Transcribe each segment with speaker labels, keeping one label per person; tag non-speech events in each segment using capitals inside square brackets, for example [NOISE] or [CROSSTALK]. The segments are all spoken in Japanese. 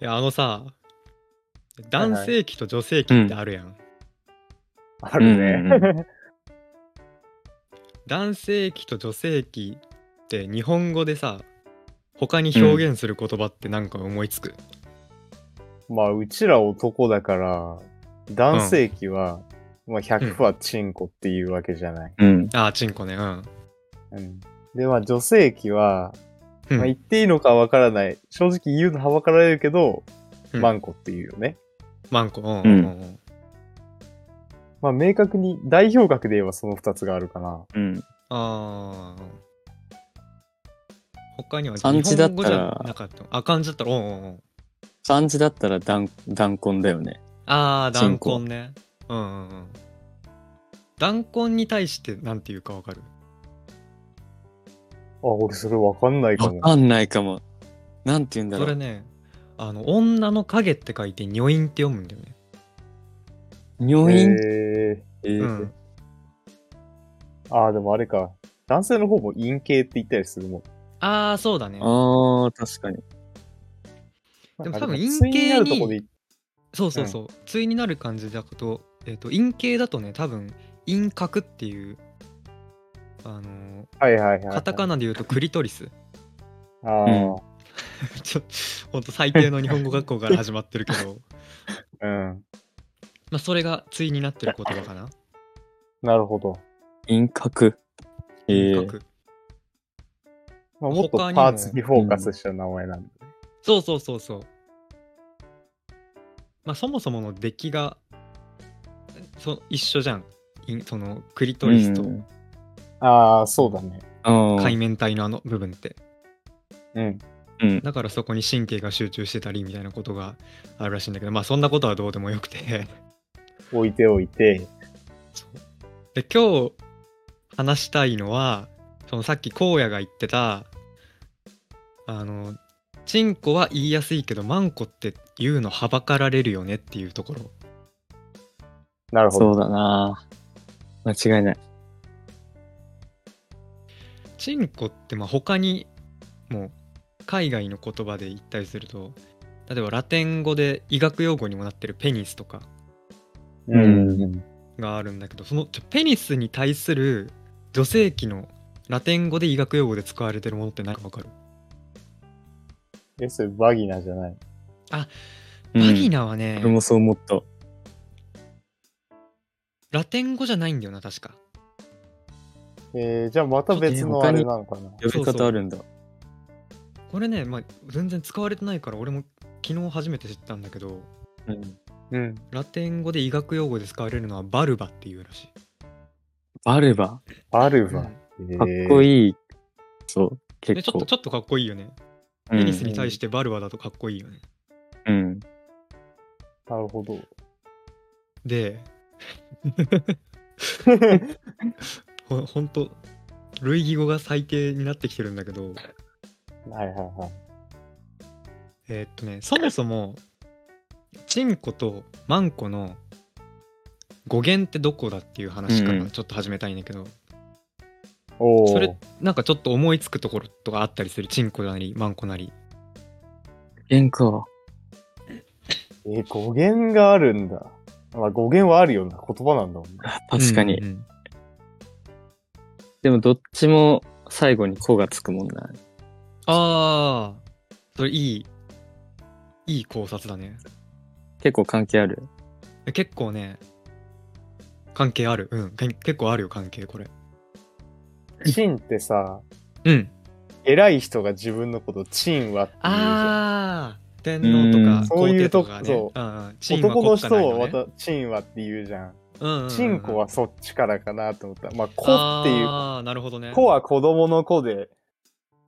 Speaker 1: いやあのさ
Speaker 2: いはい
Speaker 1: 男性器と女性器ってあるやん、
Speaker 2: あるね。
Speaker 3: うんうん
Speaker 1: 男性器と女性器って日本語でさ他に表現する言葉ってなんか思いつく、
Speaker 2: まあ、うちら男だから、男性器は、まあ、100%はチンコっていうわけじゃない。
Speaker 3: うん。
Speaker 1: ああチンコねうん
Speaker 2: うん、で、まあ、女性器は、
Speaker 1: うん
Speaker 2: まあ、言っていいのかわからない。正直言うのはばかられるけど、
Speaker 1: うん
Speaker 2: マンコっていうよね。
Speaker 1: マンコうん
Speaker 3: うん
Speaker 1: うん
Speaker 2: まあ、明確に代表格で言えばその2つがあるかな。
Speaker 3: うん。
Speaker 1: あー他には日
Speaker 3: 漢字だったら
Speaker 1: 本語じゃなかったあ漢字だったらうんうんうん
Speaker 3: 漢字だったら断、断根だよね。
Speaker 1: ああ
Speaker 3: チ
Speaker 1: 弾
Speaker 3: ンコ
Speaker 1: 痕ねうんうんうん弾痕に対してなんて言うかわかる
Speaker 2: あ、俺それわかんないか
Speaker 3: わ
Speaker 2: も。
Speaker 3: かんないかも。なんて言うんだ
Speaker 1: そ
Speaker 3: ろ
Speaker 1: れ
Speaker 3: う。
Speaker 1: ねあの女の影って書いて女院って読むんだよね
Speaker 3: 女院
Speaker 2: へ
Speaker 3: えー
Speaker 1: うん
Speaker 2: ーああ、でもあれか。男性の方も陰茎って言ったりするもん。
Speaker 1: ああそうだね
Speaker 3: ああ、確かに。
Speaker 1: でも
Speaker 2: なんか
Speaker 1: 多分陰
Speaker 2: 対になるとこで言っ
Speaker 1: そうそうそう、対になる感じだと,、えー、と陰形だとね多分陰核っていうあの
Speaker 2: はいはいはい、
Speaker 1: ー
Speaker 2: はい。
Speaker 1: カタカナで言うとクリトリス [LAUGHS]
Speaker 2: ああ、
Speaker 1: ちょほんと最低の日本語学校から始まってるけど
Speaker 2: うん。
Speaker 1: まあそれが対になってる言葉かな
Speaker 2: なるほど。
Speaker 3: 輪郭。ええ
Speaker 1: 陰核
Speaker 2: まあ、もっと
Speaker 1: 他
Speaker 2: パ
Speaker 1: にも
Speaker 2: ーツにフォーカスした名前なんで。
Speaker 1: そうそうそうそうまあそもそもの出来がそ一緒じゃん陰そのクリトリスと
Speaker 3: うん
Speaker 2: ああ、そうだね。
Speaker 3: ああ。
Speaker 1: 海面体のあの部分って、
Speaker 2: うん。
Speaker 3: うん。
Speaker 1: だからそこに神経が集中してたりみたいなことがあるらしいんだけどまあそんなことはどうでもよくて
Speaker 2: 置いておいて。
Speaker 1: [LAUGHS] そうで今日話したいのはそのさっき荒野が言ってたあのチンコは言いやすいけどマンコって言うのはばかられるよねっていうところ
Speaker 2: なるほ
Speaker 3: そう
Speaker 2: ど。
Speaker 3: だな。間違いない。
Speaker 1: チンコってまあ他にも海外の言葉で言ったりすると例えばラテン語で医学用語にもなってるペニスとか
Speaker 2: う。
Speaker 3: うん
Speaker 1: があるんだけどそのちょペニスに対する女性器のラテン語で医学用語で使われてるものって何かわかる、
Speaker 2: え、それバギナじゃない。
Speaker 1: バギ
Speaker 3: ナ。
Speaker 1: ナはね
Speaker 3: 俺もそう思った。
Speaker 1: ラテン語じゃないんだよな確か
Speaker 2: えー、じゃあまた別のあれなのかな。
Speaker 3: 呼び方あるんだ。
Speaker 1: これね、まあ、全然使われてないから俺も昨日初めて知ったんだけど
Speaker 3: うん。
Speaker 2: うん。
Speaker 1: ラテン語で医学用語で使われるのはバルバっていうらしい
Speaker 3: バルバ。
Speaker 2: バルバ。
Speaker 3: かっこ
Speaker 2: い。
Speaker 3: いい。そう。
Speaker 1: で
Speaker 3: 結
Speaker 1: ちょっ
Speaker 3: 構
Speaker 1: と。ちょっとかっこいいよね、
Speaker 3: うん
Speaker 1: ペニスに対してバルバだとかっこいいよね
Speaker 3: うん。
Speaker 2: なるほど。
Speaker 3: [LAUGHS]
Speaker 1: でほほんと類義語が最低になってきてるんだけど
Speaker 2: はいはいはい。
Speaker 1: えーっとね、そもそも、チンコとマンコの語源ってどこだっていう話か
Speaker 3: うんう
Speaker 1: ら
Speaker 3: ん
Speaker 1: ちょっと始めたいんだけど、
Speaker 2: おお。
Speaker 1: それなんかちょっと思いつくところとかあったりする、チンコなり、マンコなり。
Speaker 3: 喧嘩。
Speaker 2: えー、語源があるんだ。まあ語源はあるような言葉なんだもんね。
Speaker 3: 確かに。
Speaker 1: うんうん
Speaker 3: でもどっちも最後に子がつくもんな。
Speaker 1: ああ、それいい、いい考察だね。
Speaker 3: 結構関係ある。
Speaker 1: 結構ね、関係ある。うん、けん結構あるよ、関係、これ。
Speaker 2: チンってさ、
Speaker 1: うん。
Speaker 2: 偉い人が自分のことチンはって言うじゃん。
Speaker 1: ああ、天皇とか
Speaker 3: うん
Speaker 1: 皇帝とかね。
Speaker 2: そういうとこ
Speaker 1: んんチンは
Speaker 2: 男の
Speaker 1: 国家
Speaker 2: 人
Speaker 1: ない
Speaker 2: は
Speaker 1: よ
Speaker 2: ま
Speaker 1: ね
Speaker 2: たチンはって言うじゃん。
Speaker 1: うんうんうんうん
Speaker 2: チンコはそっちからかなと思った。まあ、
Speaker 1: あ
Speaker 2: 子っていう。
Speaker 1: あーなるほどね。
Speaker 2: 子は子供の子で、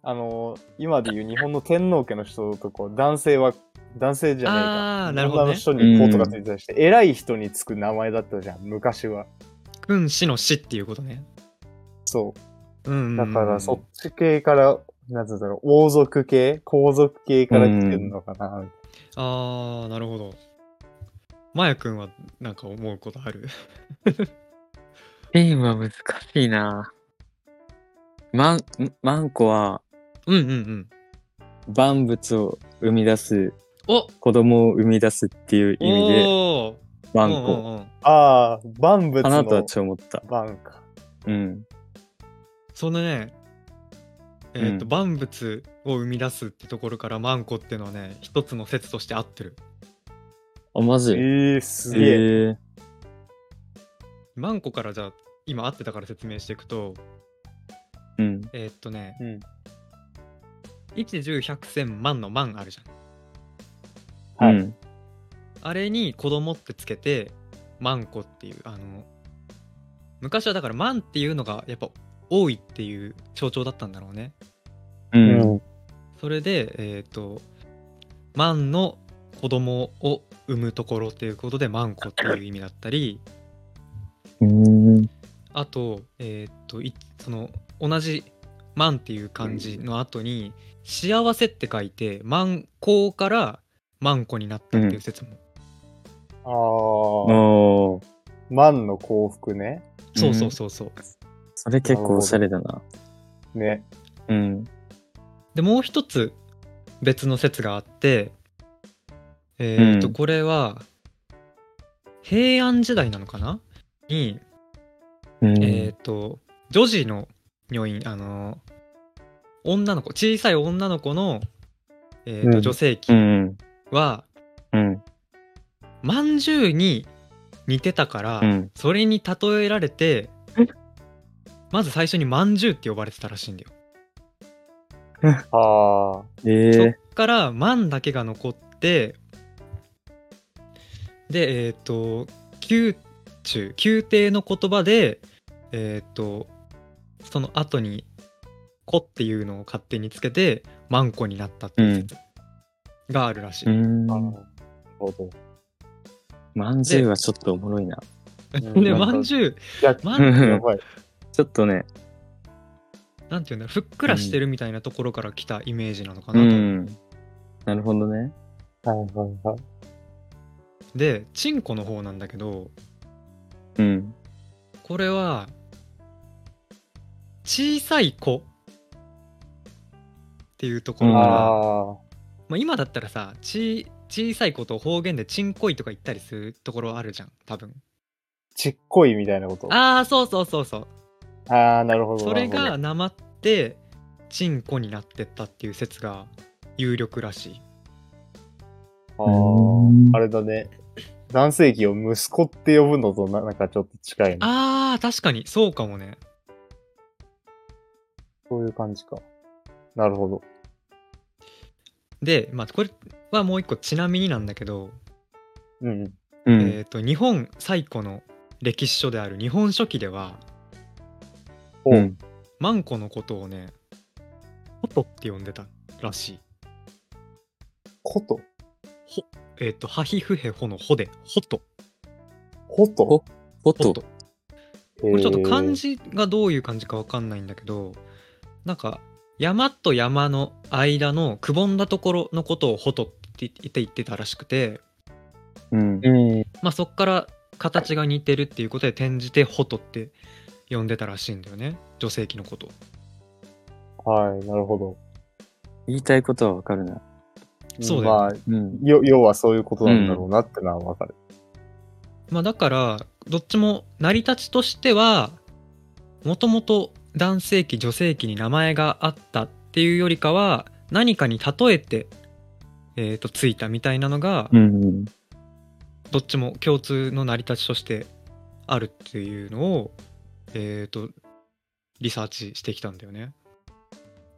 Speaker 2: あのー今でいう日本の天皇家の人とこう、男性は、男性じゃないか。
Speaker 1: あーなるほどね
Speaker 2: 女の人に子とかついてたりして、偉い人につく名前だったじゃん、昔は。
Speaker 1: 君子の死っていうことね。
Speaker 2: そ
Speaker 1: うんうんう
Speaker 2: う。
Speaker 1: ん。
Speaker 2: だから、そっち系から、なんつうんだろう、王族系皇族系から来てるのかな、
Speaker 1: ああ、なるほど。まやくんはなんか思うこと
Speaker 2: [LAUGHS]
Speaker 1: ある
Speaker 3: ペンは難しいな。マン、んマンコは
Speaker 1: うんうんうん。
Speaker 3: 万物を生み出す
Speaker 1: お
Speaker 3: 子供を生み出すっていう意味で、
Speaker 1: おー
Speaker 3: バン
Speaker 1: うんう
Speaker 3: コ。
Speaker 1: んうん
Speaker 2: ああ、万物
Speaker 3: かなとは
Speaker 2: の
Speaker 3: ちょっと思った。
Speaker 2: 万か。
Speaker 3: うん。
Speaker 1: そのね、えーと
Speaker 3: うん
Speaker 1: 万物を生み出すってところからマンコっていうのはね一つの説として合ってる
Speaker 3: あ、マジ
Speaker 2: ええ
Speaker 3: え
Speaker 2: す
Speaker 3: え
Speaker 2: げえ。
Speaker 3: ー。
Speaker 1: マンコからじゃあ今合ってたから説明していくと
Speaker 3: うん。
Speaker 1: えーっとね
Speaker 2: うん。
Speaker 1: 1101001000万の万あるじゃん
Speaker 2: はい
Speaker 3: うん。
Speaker 1: あれに子供ってつけてマンコっていうあの昔はだから万っていうのがやっぱ多いっていう象徴だったんだろうね
Speaker 3: うん。
Speaker 1: それでえーっと万の子供を産むところっていうことでマンコっていう意味だったり
Speaker 3: うん。
Speaker 1: あと、えーっと、いその、同じ、万っていう漢字の後に、幸せって書いて、万幸から万子になったっていう説も。
Speaker 2: ああ、
Speaker 3: おー。
Speaker 2: 万の幸福ね。
Speaker 1: そうそうそうそう。
Speaker 3: それ結構おしゃれだな。
Speaker 2: ね。
Speaker 3: うん。
Speaker 1: で、もう一つ、別の説があって、えーっと、
Speaker 3: うん
Speaker 1: これは、平安時代なのかなに、
Speaker 3: うん。
Speaker 1: えーっと、女児の女院、あの、女の子、小さい女の子の、えーっ
Speaker 2: う
Speaker 1: と、
Speaker 2: ん
Speaker 1: 女性
Speaker 3: う
Speaker 1: 器
Speaker 3: ん。
Speaker 1: は、
Speaker 3: うん。
Speaker 1: まんじゅうに似てたから、
Speaker 3: うん。
Speaker 1: それに例えられて
Speaker 3: え
Speaker 1: まず最初にまんじゅうって呼ばれてたらしいんだよ、
Speaker 2: ああ、
Speaker 3: え
Speaker 1: そ
Speaker 3: え
Speaker 1: っからまんだけが残ってでえっ、と宮中宮廷の言葉でえっ、とその後に「子」っていうのを勝手につけてまんこになったっていう説があるらしい、
Speaker 3: ー。うん。
Speaker 2: なるほど。
Speaker 3: まんじゅうはちょっとおもろいな。
Speaker 2: うん
Speaker 1: でまんじゅう
Speaker 2: いや、
Speaker 1: まん
Speaker 2: やばい。
Speaker 3: ちょっとね。
Speaker 1: なんていうんだろうふっくらしてるみたいなところから来たイメージなのかな
Speaker 3: う
Speaker 1: と思って
Speaker 3: ん。なるほどね。
Speaker 2: はいはいはい。
Speaker 1: でチンコの方なんだけど
Speaker 3: うん。
Speaker 1: これは小さい子っていうところ
Speaker 3: うん
Speaker 1: から、
Speaker 2: あ
Speaker 1: まあ、今だったらさち小さい子と方言でチンコイとか言ったりするところあるじゃん多分
Speaker 2: あ、ちっこいみたいなこと。
Speaker 1: あ
Speaker 2: あ
Speaker 1: あそうそうそうそう
Speaker 2: あー、なるほど。
Speaker 1: それ
Speaker 2: なる
Speaker 1: がなまってチンコになってったっていう説が有力らしい
Speaker 2: ほど
Speaker 3: うん
Speaker 2: ああ、あれだね。男性器を息子って呼ぶのとななんかちょっと近いな。
Speaker 1: あー確かにそうかもね
Speaker 2: そういう感じか。なるほど。
Speaker 1: でまあこれはもう一個ちなみになんだけど
Speaker 2: うん。
Speaker 3: うん。
Speaker 1: えー、と日本最古の歴史書である「日本書紀」では
Speaker 2: お
Speaker 3: うん。
Speaker 1: マンコのことをね「ホト」って呼んでたらしい。
Speaker 2: こと。
Speaker 1: えっ、と「ハヒフヘホ」の「ホ」で「ホト」
Speaker 2: こと。
Speaker 3: フォ
Speaker 1: ホ
Speaker 3: ト
Speaker 1: ト。これちょっと
Speaker 2: へ
Speaker 1: 漢
Speaker 2: ー
Speaker 1: 字がどういう漢字かわかんないんだけどなんか山と山の間のくぼんだところのことを「ホト」って言って言ってたらしくて、
Speaker 3: うん。
Speaker 2: うん。
Speaker 1: まあ、そっから形が似てるっていうことで転じて「ホト」って呼んでたらしいんだよね女性器のこと。
Speaker 2: はい、なるほど。
Speaker 3: 言いたいことはわかるな。
Speaker 1: そうだよ
Speaker 2: まあ、
Speaker 3: うん。
Speaker 2: よ、要はそういうことなんだろうなってのはわかる。
Speaker 1: まあだからどっちも成り立ちとしてはもともと男性器女性器に名前があったっていうよりかは何かに例えて、えー、とついたみたいなのが
Speaker 3: うん。
Speaker 1: どっちも共通の成り立ちとしてあるっていうのを、えー、とリサーチしてきたんだよね。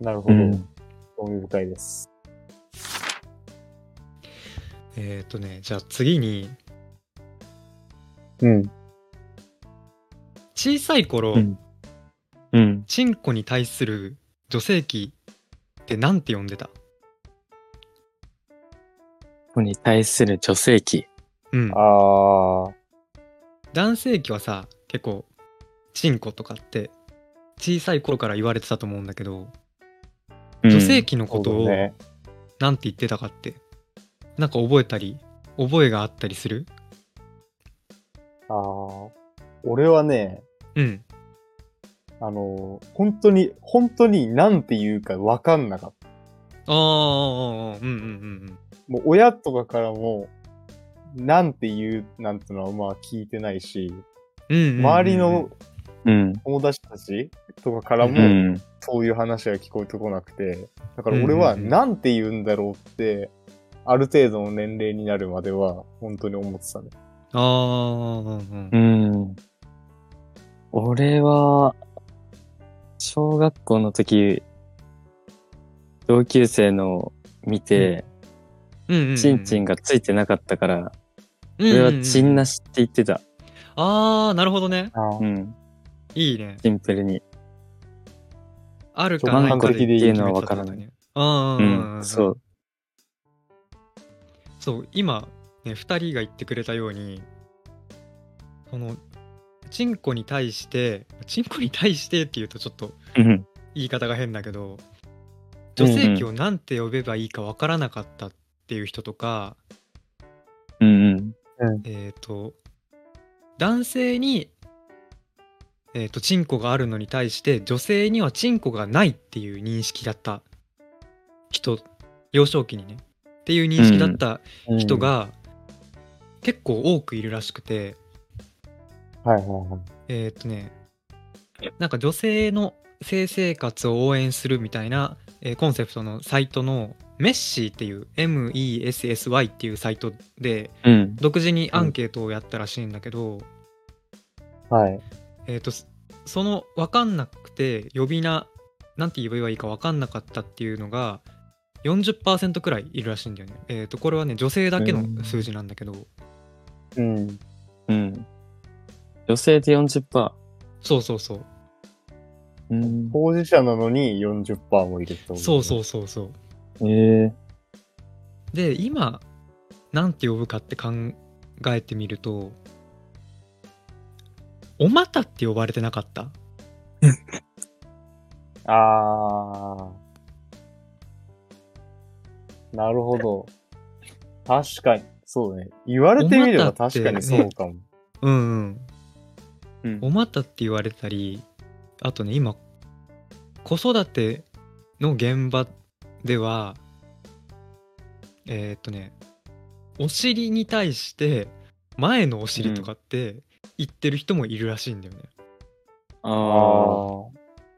Speaker 2: なるほど。
Speaker 3: うん。
Speaker 2: 興味深いです。
Speaker 1: えっ、とねじゃあ次に
Speaker 2: うん。
Speaker 1: 小さい頃、
Speaker 3: うんうん。
Speaker 1: チンコに対する女性器ってなんて呼んでた
Speaker 3: ここに対する女性器。
Speaker 1: うん
Speaker 2: ああ、は
Speaker 1: 男性器はさ結構チンコとかって小さい頃から言われてたと思うんだけど、女性
Speaker 3: 器。
Speaker 1: 器のこと
Speaker 2: そう
Speaker 1: を
Speaker 2: だね。
Speaker 1: なんて言ってたかって、なんか覚えたり覚えがあったりする
Speaker 2: ああ、俺はね、
Speaker 1: うん
Speaker 2: あの、本当に、本当になんて言うかわかんなかっ
Speaker 1: ああ、うんうんうん
Speaker 2: もう親とかからも、なんて言うなんてのはまあ聞いてないし、
Speaker 1: うんうんうんうん。
Speaker 2: 周りの
Speaker 3: うん。
Speaker 2: 友達たちとかから
Speaker 1: う
Speaker 2: も、
Speaker 3: うん。
Speaker 2: そういう話が聞こえてこなくて、だから俺
Speaker 1: う
Speaker 2: は
Speaker 1: んうんうん
Speaker 2: なんて言うんだろうって、ある程度の年齢になるまでは、本当に思ってたね。
Speaker 1: ああ、うんうん
Speaker 3: うん。俺は、小学校の時、同級生のを見て、
Speaker 1: うんうんうん。
Speaker 3: チンチンがついてなかったから、
Speaker 1: うんうん
Speaker 3: 俺
Speaker 1: うん、
Speaker 3: はチンなしって言ってた。
Speaker 1: ああ、なるほどね。
Speaker 3: うん。
Speaker 1: いいね。
Speaker 3: シンプルに。
Speaker 1: あるか
Speaker 2: 直
Speaker 1: ない
Speaker 2: 感
Speaker 1: か
Speaker 2: 的
Speaker 1: で
Speaker 2: で言う
Speaker 1: 決めてた
Speaker 3: のは
Speaker 1: と
Speaker 3: わから
Speaker 1: か
Speaker 3: ない
Speaker 1: ね。あ
Speaker 3: う
Speaker 1: ーうんうん
Speaker 3: ん。
Speaker 1: うん。
Speaker 3: そう。
Speaker 1: そう今、ね、2人が言ってくれたようにこのチンコに対してチンコに対してっていうとちょっと
Speaker 3: うん。
Speaker 1: 言い方が変だけど女性器を何て呼べばいいかわからなかったっていう人とか、
Speaker 3: うんうん。
Speaker 1: えっ、と男性にえっ、とチンコがあるのに対して女性にはチンコがないっていう認識だった人幼少期にねっていう認識だった
Speaker 3: うん
Speaker 1: 人。が結構多くいるらしくて、
Speaker 2: はいはいはい。
Speaker 1: えーっとねなんか女性の性生活を応援するみたいな、えーコンセプトのサイトのメッシーっていう MESSY っていうサイトで
Speaker 3: うん。
Speaker 1: 独自にアンケートをやったらしいんだけど、
Speaker 2: はい。
Speaker 1: えーっとそその分かんなくて呼び名なんて言えばいいか分かんなかったっていうのが40%くらいいるらしいんだよね。えーっとこれはね女性だけの数字なんだけど、
Speaker 2: うん。
Speaker 3: うん。女性で40%。
Speaker 1: そうそうそう
Speaker 3: うん。
Speaker 2: 当事者なのに40%もいるってこと。
Speaker 1: そうそううそうそう
Speaker 3: ええ。
Speaker 1: で今なんて呼ぶかって考えてみると「おまた」って呼ばれてなかった
Speaker 2: あー。なるほど。確かに。そうね。言われてみれば
Speaker 1: お股って
Speaker 2: 確かにそうかも。
Speaker 1: うんうん
Speaker 3: う
Speaker 1: 「
Speaker 3: ん
Speaker 1: おまた」って言われたりあとね今子育ての現場ではえーっとねお尻に対して前のお尻とかって言ってる人もいるらしいんだよね。
Speaker 3: ああ。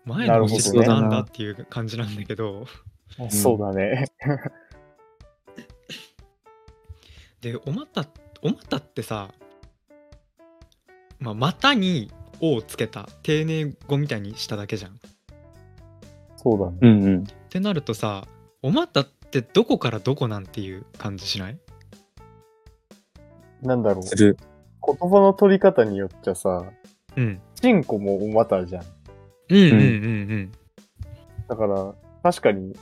Speaker 1: 前のお尻って
Speaker 3: なる
Speaker 1: な
Speaker 3: ほどね
Speaker 1: んだっていう感じなんだけど
Speaker 2: あー。そうだね。 [LAUGHS]
Speaker 1: でおまたおまたってさ、まあ、股に「を」をつけた丁寧語みたいにしただけじゃん。っ
Speaker 2: そうだね。
Speaker 3: うんうん。
Speaker 1: てなるとさおまたってどこからどこなんていう感じしない
Speaker 2: なんだろう。
Speaker 3: する。
Speaker 2: 言葉の取り方によっちゃさ、
Speaker 1: うん。
Speaker 2: チンコもお股じゃん。
Speaker 1: うんうんうん
Speaker 2: だから、確かに、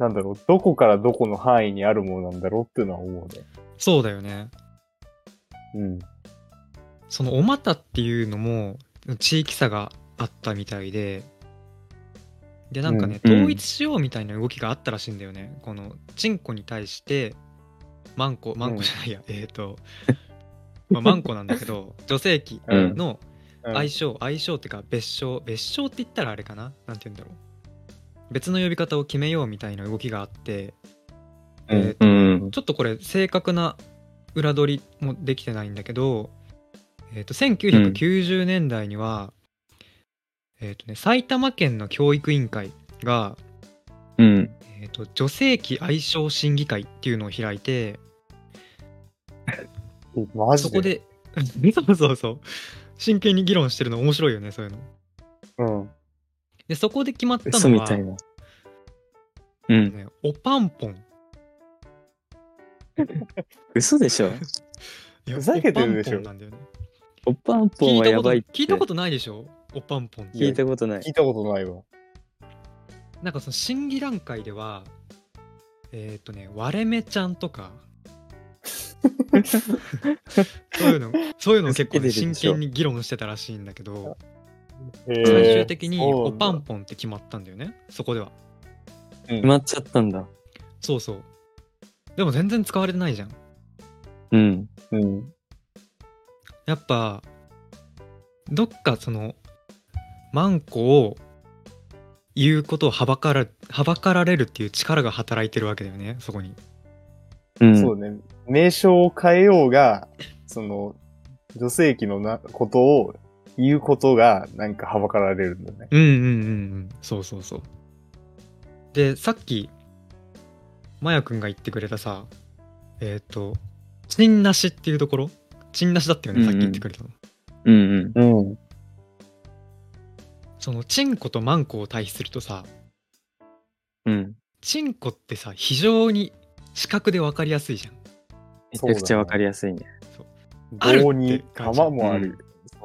Speaker 2: なんだろう、どこからどこの範囲にあるものなんだろうっていうのは思うね。
Speaker 1: うん。そうだよね。
Speaker 2: うん。
Speaker 1: そのおまたっていうのも地域差があったみたいで。でなんかね、
Speaker 3: うん
Speaker 1: 統一しようみたいな動きがあったらしいんだよね。このチンコに対してマンコマンコじゃないや、 [LAUGHS] えっ、と、まあ、マンコなんだけ
Speaker 3: [LAUGHS]
Speaker 1: ど女性器
Speaker 3: うん
Speaker 1: の
Speaker 2: うん
Speaker 1: 相性、相性っていうか別称別称って言ったらあれかななんて言うんだろう別の呼び方を決めようみたいな動きがあって、えー
Speaker 3: うん。
Speaker 1: ちょっとこれ正確な裏取りもできてないんだけど、えー、と1990年代には、えーとね、埼玉県の教育委員会が、
Speaker 3: うん。
Speaker 1: えー、と女性器相性審議会っていうのを開いて
Speaker 2: えマジで
Speaker 1: そこで [LAUGHS] そうそうそう真剣に議論してるの面白いよねそういうの。
Speaker 2: うん。
Speaker 1: でそこで決まった
Speaker 3: 嘘
Speaker 1: の
Speaker 3: み
Speaker 1: は
Speaker 3: たいな。うん。
Speaker 1: ね、おパンポン。
Speaker 3: 嘘でし [LAUGHS] ょ
Speaker 1: いや
Speaker 2: ふざけてるでしょ
Speaker 1: おパンポンなんだよね
Speaker 3: おっぱんぽんは
Speaker 1: 聞いた
Speaker 3: や
Speaker 1: こと
Speaker 3: ばいって。
Speaker 1: 聞いたことないでしょおパンポンって
Speaker 3: 聞いたことない。
Speaker 2: 聞いたことないわ。
Speaker 1: なんかその審議段階ではえーっ、とね割れ目ちゃんとかそういうのそういうのを結構ね、
Speaker 3: ふざけてる
Speaker 1: 真
Speaker 3: でしょ
Speaker 1: 剣に議論してたらしいんだけど、
Speaker 2: へー
Speaker 1: 最終的に
Speaker 2: そう
Speaker 1: おパンポンって決まったんだよねそこでは
Speaker 3: 決まっちゃったんだ。
Speaker 1: そうそうでも全然使われてないじゃん
Speaker 3: うん。
Speaker 2: うん。
Speaker 1: やっぱどっかそのマンコを言うことをはばからはばかられるっていう力が働いてるわけだよねそこに
Speaker 3: うん。
Speaker 2: そうね。名称を変えようが、その、女性器のなことを言うことが、なんかはばかられるんだね。
Speaker 1: うんうんうんうんそうそうそうでさっきまやくんが言ってくれたさえっ、と「ちんなし」っていうところちんなしだったよねさっき言ってくれたの、
Speaker 3: うんうん。
Speaker 2: うん。
Speaker 1: そのちんことまんこを対比するとさ
Speaker 3: うん。
Speaker 1: ちんこってさ非常に視覚で分かりやすいじゃん
Speaker 3: めちゃくちゃわかりやすいね。
Speaker 1: あるって
Speaker 2: 棒に
Speaker 1: 感じ
Speaker 2: 玉もある。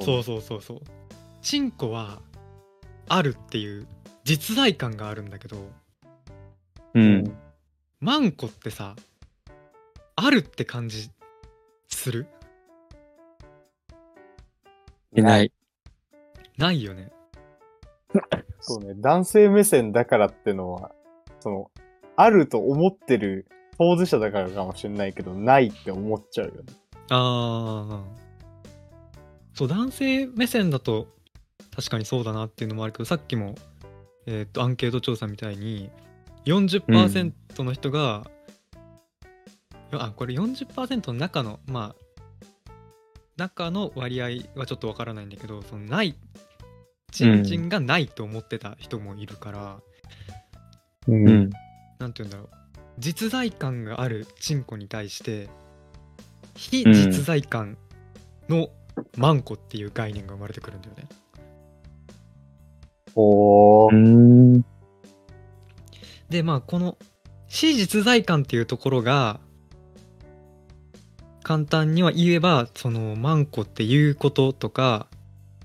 Speaker 1: そうそうそうそうちんこはあるっていう実在感があるんだけど
Speaker 2: う
Speaker 3: う。。
Speaker 2: ん。
Speaker 1: マンコってさあるって感じする
Speaker 3: いないい。
Speaker 1: ないよね
Speaker 2: そうね。男性目線だからってのは、その、あると思ってる当事者だからかもしれないけど、ないって思っちゃうよね。
Speaker 1: あーそう男性目線だと確かにそうだなっていうのもあるけどさっきも、えーっとアンケート調査みたいに40%の人が、あこれ40%の中のまあ中の割合はちょっとわからないんだけどそのないちんちんがないと思ってた人もいるから、
Speaker 2: う
Speaker 3: う。ん。
Speaker 1: なんて言うんだろう実在感があるチンコに対して非実在感のマンコっていう概念が生まれてくるんだよね。
Speaker 2: お
Speaker 3: う
Speaker 2: ー。
Speaker 3: ん。
Speaker 1: でまあこの非実在感っていうところが簡単には言えばそのマンコっていうこととか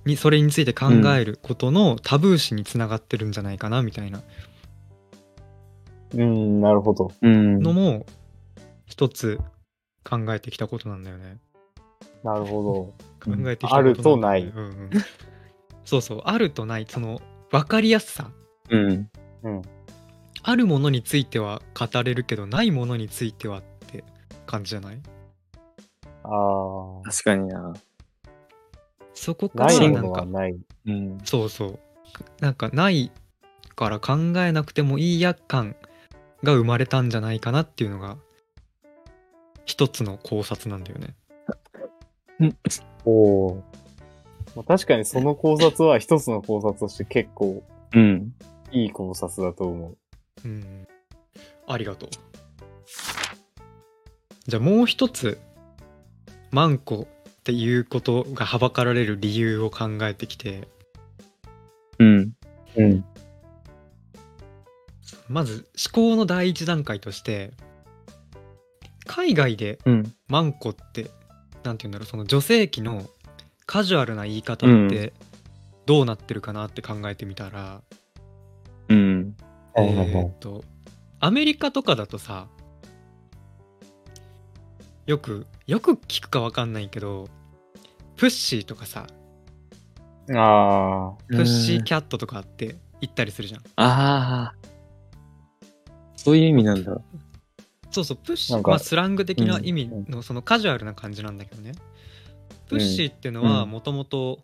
Speaker 1: にそれについて考えることのタブー視につながってるんじゃないかなみたいな
Speaker 2: うん、なるほど。
Speaker 3: うん。
Speaker 1: のも一つ考えてきたことなんだよね。
Speaker 2: なるほ
Speaker 1: 考えてきたこと
Speaker 2: あるとない
Speaker 1: んだよねうんうんそうそうあるとないその分かりやすさ
Speaker 3: うん。
Speaker 2: ど。うん。
Speaker 1: あるものについては語れるけどないものについてはって感じじゃない
Speaker 2: あ
Speaker 3: 確かにな。
Speaker 1: そこか
Speaker 2: あ。ない
Speaker 1: らな
Speaker 2: もの
Speaker 1: ん
Speaker 2: は
Speaker 1: か
Speaker 2: ない。
Speaker 3: うん。
Speaker 1: そうそうなんかないから考えなくてもいいや感が生まれたんじゃないかなっていうのが一つの考察なんだよね
Speaker 2: おお。まあ、確かにその考察は一つの考察として結構
Speaker 3: うん。
Speaker 2: いい考察だと思う。
Speaker 1: うんありがとうじゃあもう一つマンコっていうことがはばかられる理由を考えてきて
Speaker 3: うん。
Speaker 2: うん。
Speaker 1: まず思考の第一段階として海外で
Speaker 3: うん。
Speaker 1: マンコってなんて言うんだろうその女性器のカジュアルな言い方ってどうなってるかなって考えてみたら、
Speaker 3: うん。
Speaker 2: はいはいは
Speaker 1: えー
Speaker 2: い
Speaker 1: っ。とアメリカとかだとさよくよく聞くかわかんないけどプッシーとかさ
Speaker 2: ああ。
Speaker 1: プッシーキャットとかって言ったりするじゃん、
Speaker 3: ああ。そういう意味なんだ。
Speaker 1: そうそうプッシ
Speaker 2: な
Speaker 1: ー
Speaker 2: んか
Speaker 1: まあスラング的な意味
Speaker 2: うん
Speaker 1: のそのカジュアルな感じなんだけどねプッシーってのは
Speaker 3: うん
Speaker 1: もともと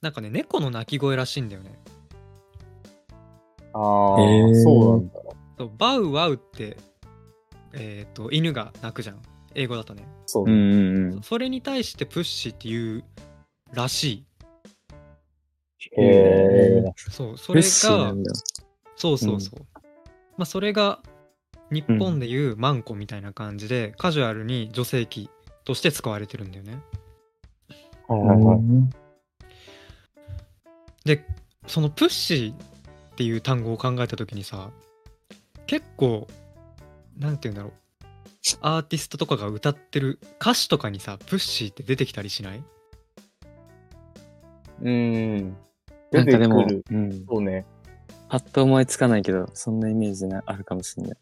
Speaker 1: なんかね猫の鳴き声らしいんだよね
Speaker 2: ああ、
Speaker 3: へー
Speaker 2: そうなんだ。
Speaker 1: そうバウワウってえっ、と犬が鳴くじゃん英語だとね
Speaker 2: そう、
Speaker 3: うんうんうん。
Speaker 1: それに対してプッシーっていうらしい
Speaker 2: へえ。
Speaker 1: そうそ
Speaker 3: プッ
Speaker 1: れ
Speaker 3: シーな
Speaker 1: が
Speaker 3: んだ。
Speaker 1: そうそうそう、まあそれが日本でいうマンコみたいな感じで、カジュアルに女性器として使われてるんだよね
Speaker 2: はいはいはい。
Speaker 1: でそのプッシーっていう単語を考えた時にさ結構なんて言うんだろうアーティストとかが歌ってる歌詞とかにさプッシーって出てきたりしない
Speaker 2: うん。
Speaker 3: な
Speaker 2: 出
Speaker 3: ん
Speaker 2: て
Speaker 3: か
Speaker 2: く
Speaker 3: でも、
Speaker 2: る。
Speaker 3: うん。
Speaker 2: そうね。
Speaker 3: パッと思いつかないけど、そんなイメージなあるかもしれない。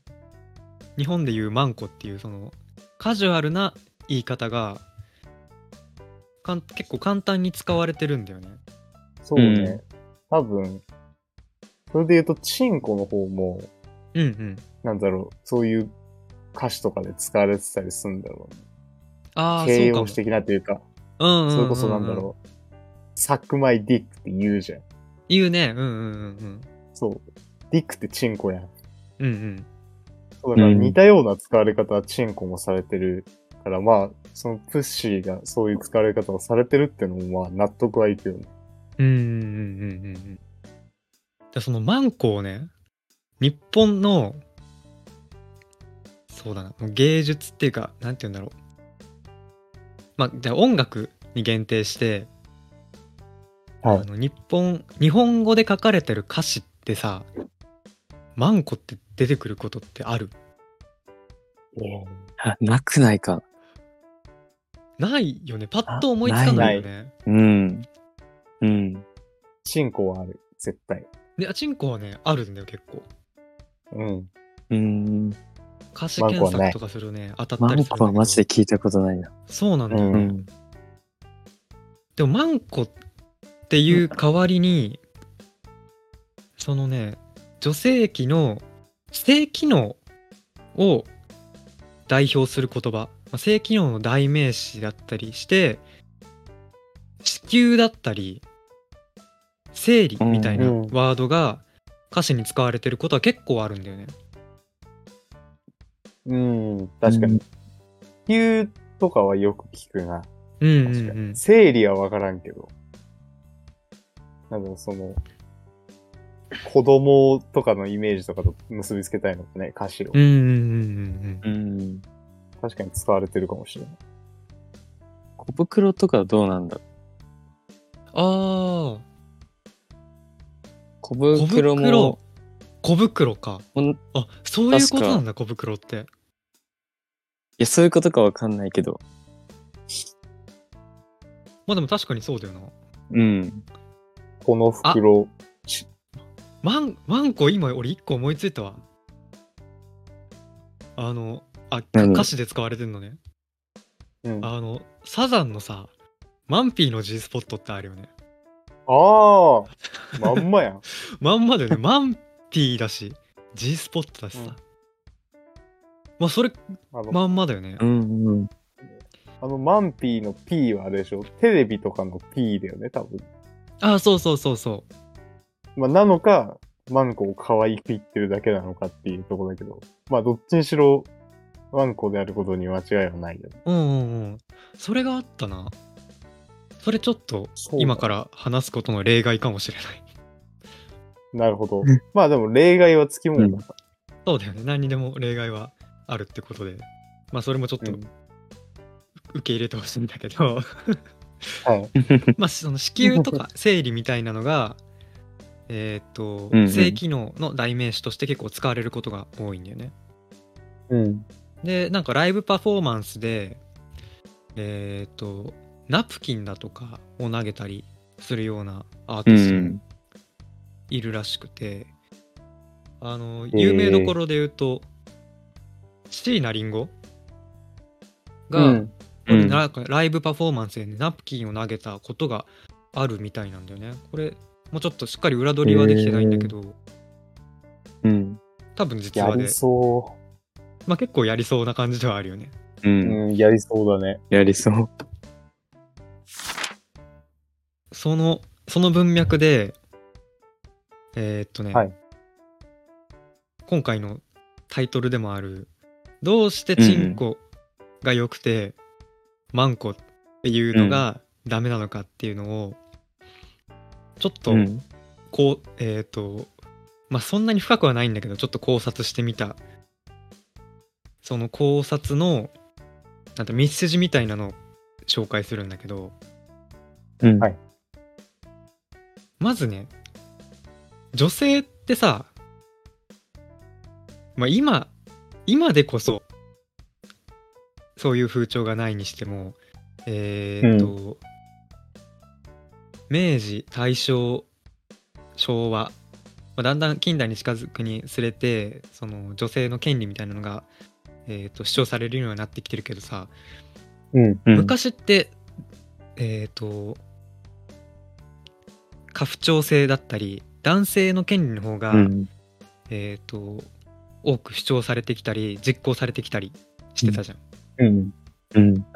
Speaker 1: 日本でいうマンコっていうそのカジュアルな言い方がかん結構簡単に使われてるんだよね。
Speaker 2: そうね。多分、それで言うと、チンコの方も、
Speaker 1: うんうん。
Speaker 2: なんだろう、そういう歌詞とかで使われてたりするんだろうね。
Speaker 1: ああ、
Speaker 2: 形
Speaker 1: そうかも
Speaker 2: 容詞。的なというか、
Speaker 1: うんうんうんうん
Speaker 2: それこそなんだろう、サックマイディックって言うじゃん。
Speaker 1: 言うね。うんうんうんうん。
Speaker 2: そう。ディックってチンコやん。
Speaker 1: うんうん
Speaker 2: そうだから
Speaker 3: うん
Speaker 2: 似たような使われ方はチンコもされてるから、まあ、そのプッシーがそういう使われ方をされてるっていうのも、まあ、納得はいくよね。
Speaker 1: うんうんうんうんうんうんでそのマンコをね日本のそうだなもう芸術っていうかなんて言うんだろうまあじゃあ音楽に限定して、
Speaker 2: はい
Speaker 1: あの日本日本語で書かれてる歌詞ってさマンコって出てくることってある
Speaker 3: あなくないか。
Speaker 1: ないよねパッと思いつかないよね
Speaker 3: うん。うん。
Speaker 2: チンコはある。絶対。
Speaker 1: であちんこはねあるんだよ結構
Speaker 2: うん。
Speaker 3: うん。
Speaker 1: 歌詞検索とかするね当たっ
Speaker 3: マ
Speaker 1: たり
Speaker 3: ン
Speaker 1: するんだけど
Speaker 3: コはマジで聞いたことないな。
Speaker 1: そうなんだよ、
Speaker 2: うん
Speaker 3: うん。
Speaker 1: でもマンコっていう代わりに、そのね女性器の性機能を代表する言葉、まあ、性機能の代名詞だったりして子宮だったり生理みたいな
Speaker 2: うん
Speaker 1: ワードが歌詞に使われてることは結構あるんだよね。
Speaker 2: うん。確か
Speaker 3: う
Speaker 2: に
Speaker 3: ん。
Speaker 2: 地球とかはよく聞くな。
Speaker 1: うんうん
Speaker 2: 確
Speaker 1: う
Speaker 2: か
Speaker 1: ん
Speaker 2: に。生理はわからんけど。なんだろう、その、子供とかのイメージとかと結びつけたいのかね、歌詞を
Speaker 1: うんうんうん。うん
Speaker 3: うん。
Speaker 2: 確かに使われてるかもしれない。
Speaker 3: 小袋とかどうなんだろ
Speaker 1: う
Speaker 3: う
Speaker 1: ん。あ
Speaker 3: 小
Speaker 1: あ小
Speaker 3: 袋
Speaker 1: 袋
Speaker 3: も、
Speaker 1: 小袋か。
Speaker 3: ほんい
Speaker 1: あそういうこと
Speaker 3: 確か
Speaker 1: なんだ小袋って。
Speaker 3: や、そういうことかわかんないけど。
Speaker 1: まあでも確かにそうだよな。
Speaker 3: うん。
Speaker 2: この袋、
Speaker 1: マンマンコ今俺一個思いついたわ。あの、あ、
Speaker 3: 何
Speaker 1: 歌詞で使われてんのね。
Speaker 2: うん、あ
Speaker 1: あの、サザンのさ、マンピーの G スポットってあるよね。
Speaker 2: あー、まんまや
Speaker 1: [LAUGHS]
Speaker 2: ん。
Speaker 1: まんまでね、
Speaker 3: [LAUGHS]
Speaker 1: マンピーだし、G スポットだしさ。
Speaker 2: うん
Speaker 1: まあそれ
Speaker 2: あの、
Speaker 1: まんまだよね。
Speaker 3: うんうん。
Speaker 2: あのマンピーの P はあれでしょテレビとかの P だよね、多分。
Speaker 1: ああ、そうそうそうそう。
Speaker 2: まあ、なのか、マンコを可愛く言ってるだけなのかっていうところだけど、まあ、どっちにしろ、マンコであることに間違いはないよね。
Speaker 1: うんうんうん。それがあったな。それちょっと今から話すことの例外かもしれない。
Speaker 2: なるほど。まあでも例外はつきものだか
Speaker 1: そうだよね。何にでも例外はあるってことで。まあそれもちょっ
Speaker 2: ら。
Speaker 1: と受け入れてほしいんだけ
Speaker 3: [LAUGHS]
Speaker 1: ど、
Speaker 2: はい。
Speaker 1: まあその子宮とか生理みたいなのが、えーっと
Speaker 3: うんう、ん
Speaker 1: 性機能の代名詞として結構使われることが多いんだよね。
Speaker 2: うん。
Speaker 1: で、なんかライブパフォーマンスで、えーっと、ナプキンだとかを投げたりするようなアーテ
Speaker 3: う
Speaker 1: ィストも
Speaker 3: ん。
Speaker 1: いるらしくて、あの、有名どころで言うと、椎名林檎が、
Speaker 2: うん
Speaker 3: うん
Speaker 1: なんかライブパフォーマンスで、ね、ナプキンを投げたことがあるみたいなんだよね。これ、もうちょっとしっかり裏取りはできてないんだけど、
Speaker 3: うん。
Speaker 1: 多分実
Speaker 2: や
Speaker 1: 話
Speaker 2: り
Speaker 1: で、
Speaker 2: そ
Speaker 1: まあ、結構やりそうな感じではあるよね。
Speaker 3: う
Speaker 2: う。
Speaker 3: ん。
Speaker 2: うん、やりそうだね。
Speaker 3: やりそう。
Speaker 1: その、その文脈で、えーっとね、
Speaker 2: はい
Speaker 1: 今回のタイトルでもある、どうしてチンコが良くて、マンコっていうのがダメなのかっていうのを、ちょっと、
Speaker 3: うん。
Speaker 1: こう、えーっと、まあ、そんなに深くはないんだけど、ちょっと考察してみた。その考察の、なんて、道筋みたいなのを紹介するんだけど、
Speaker 3: うん
Speaker 2: はい
Speaker 1: まずね、女性ってさ、まあ今、今でこそ、そういう風潮がないにしても、えーっと、明治、大正、昭和、まあ、だんだん近代に近づくにつれて、その女性の権利みたいなのが、えーっと主張されるようになってきてるけどさ、
Speaker 2: うん。
Speaker 3: うん
Speaker 1: 昔ってえっ、と家父長制だったり男性の権利の方が、
Speaker 3: うん。
Speaker 1: えっ、と多く主張されてきたり実行されてきたりしてたじゃん。
Speaker 3: うん。うん。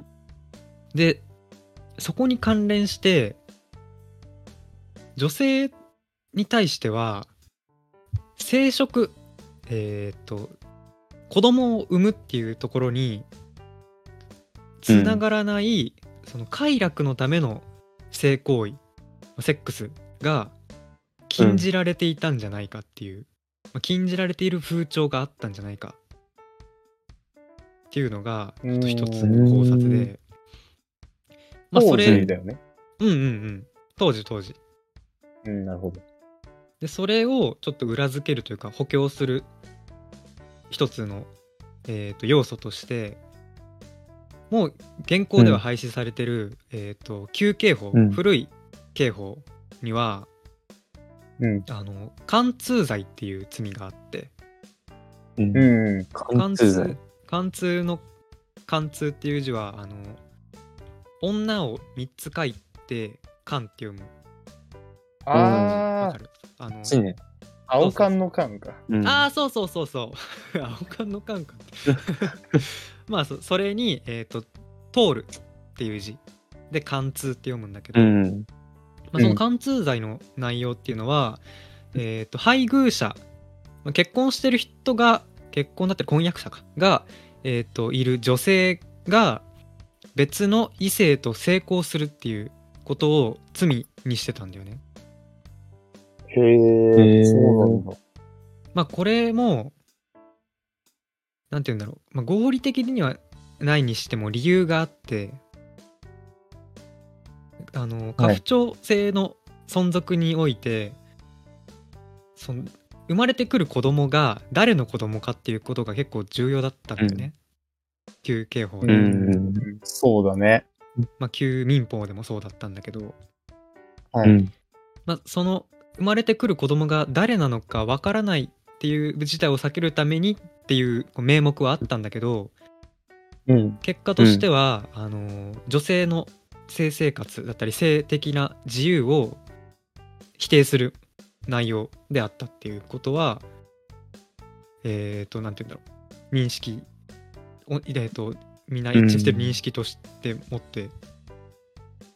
Speaker 1: でそこに関連して女性に対しては生殖えーっと子供を産むっていうところにつながらない、その快楽のための性行為セックスが禁じられていたんじゃないかっていう、まあ禁じられている風潮があったんじゃないかっていうのがちょっと一つの考察
Speaker 3: う
Speaker 1: でまあそ
Speaker 2: 当時
Speaker 1: れ
Speaker 2: だよね。
Speaker 1: うんうんうん当時当時
Speaker 2: うん、なるほど。
Speaker 1: でそれをちょっと裏付けるというか補強する一つの、えー、と要素としてもう現行では廃止されてる、えー、と旧刑法、
Speaker 3: うん
Speaker 1: 古い刑法には
Speaker 2: うん。
Speaker 1: あの貫通罪っていう罪があって
Speaker 3: うん
Speaker 2: うん、う
Speaker 3: 貫通罪。
Speaker 1: 貫通の貫通っていう字はあの女を3つ書いて貫って読む
Speaker 2: ん。
Speaker 1: わ
Speaker 2: あ
Speaker 1: か
Speaker 2: あ、
Speaker 1: るあの
Speaker 3: 死ね。
Speaker 2: 青缶の缶か。
Speaker 3: うん
Speaker 1: ああそうそうそうそう [LAUGHS] 青缶の缶かまあそそれに、えーと「通る」っていう字で「貫通」って読むんだけど、
Speaker 3: うん。
Speaker 1: まあ、そうの
Speaker 2: ん
Speaker 1: 貫通罪の内容っていうのは、えー、と配偶者まあ結婚してる人が結婚だって婚約者かが、えー、といる女性が別の異性と性交するっていうことを罪にしてたんだよね。
Speaker 2: へえ、そうなんだ。
Speaker 1: まあこれもなんて言うんだろう、まあ、合理的にはないにしても理由があってあの家父長制の存続において、その生まれてくる子供が誰の子供かっていうことが結構重要だったんだよね、旧刑法で、
Speaker 3: う
Speaker 2: うん
Speaker 3: ん。
Speaker 2: そうだね。
Speaker 1: まあ、旧民法でもそうだったんだけど、
Speaker 2: は
Speaker 3: う
Speaker 2: い。
Speaker 3: ん。
Speaker 1: まあ、その生まれてくる子供が誰なのかわからないっていう事態を避けるためにっていうこう名目はあったんだけど、
Speaker 3: うん。
Speaker 1: 結果としては、あの女性の性生活だったり性的な自由を否定する内容であったっていうことはえっ、となんて言うんだろう認識おえっ、とみんな一致してる認識として持って、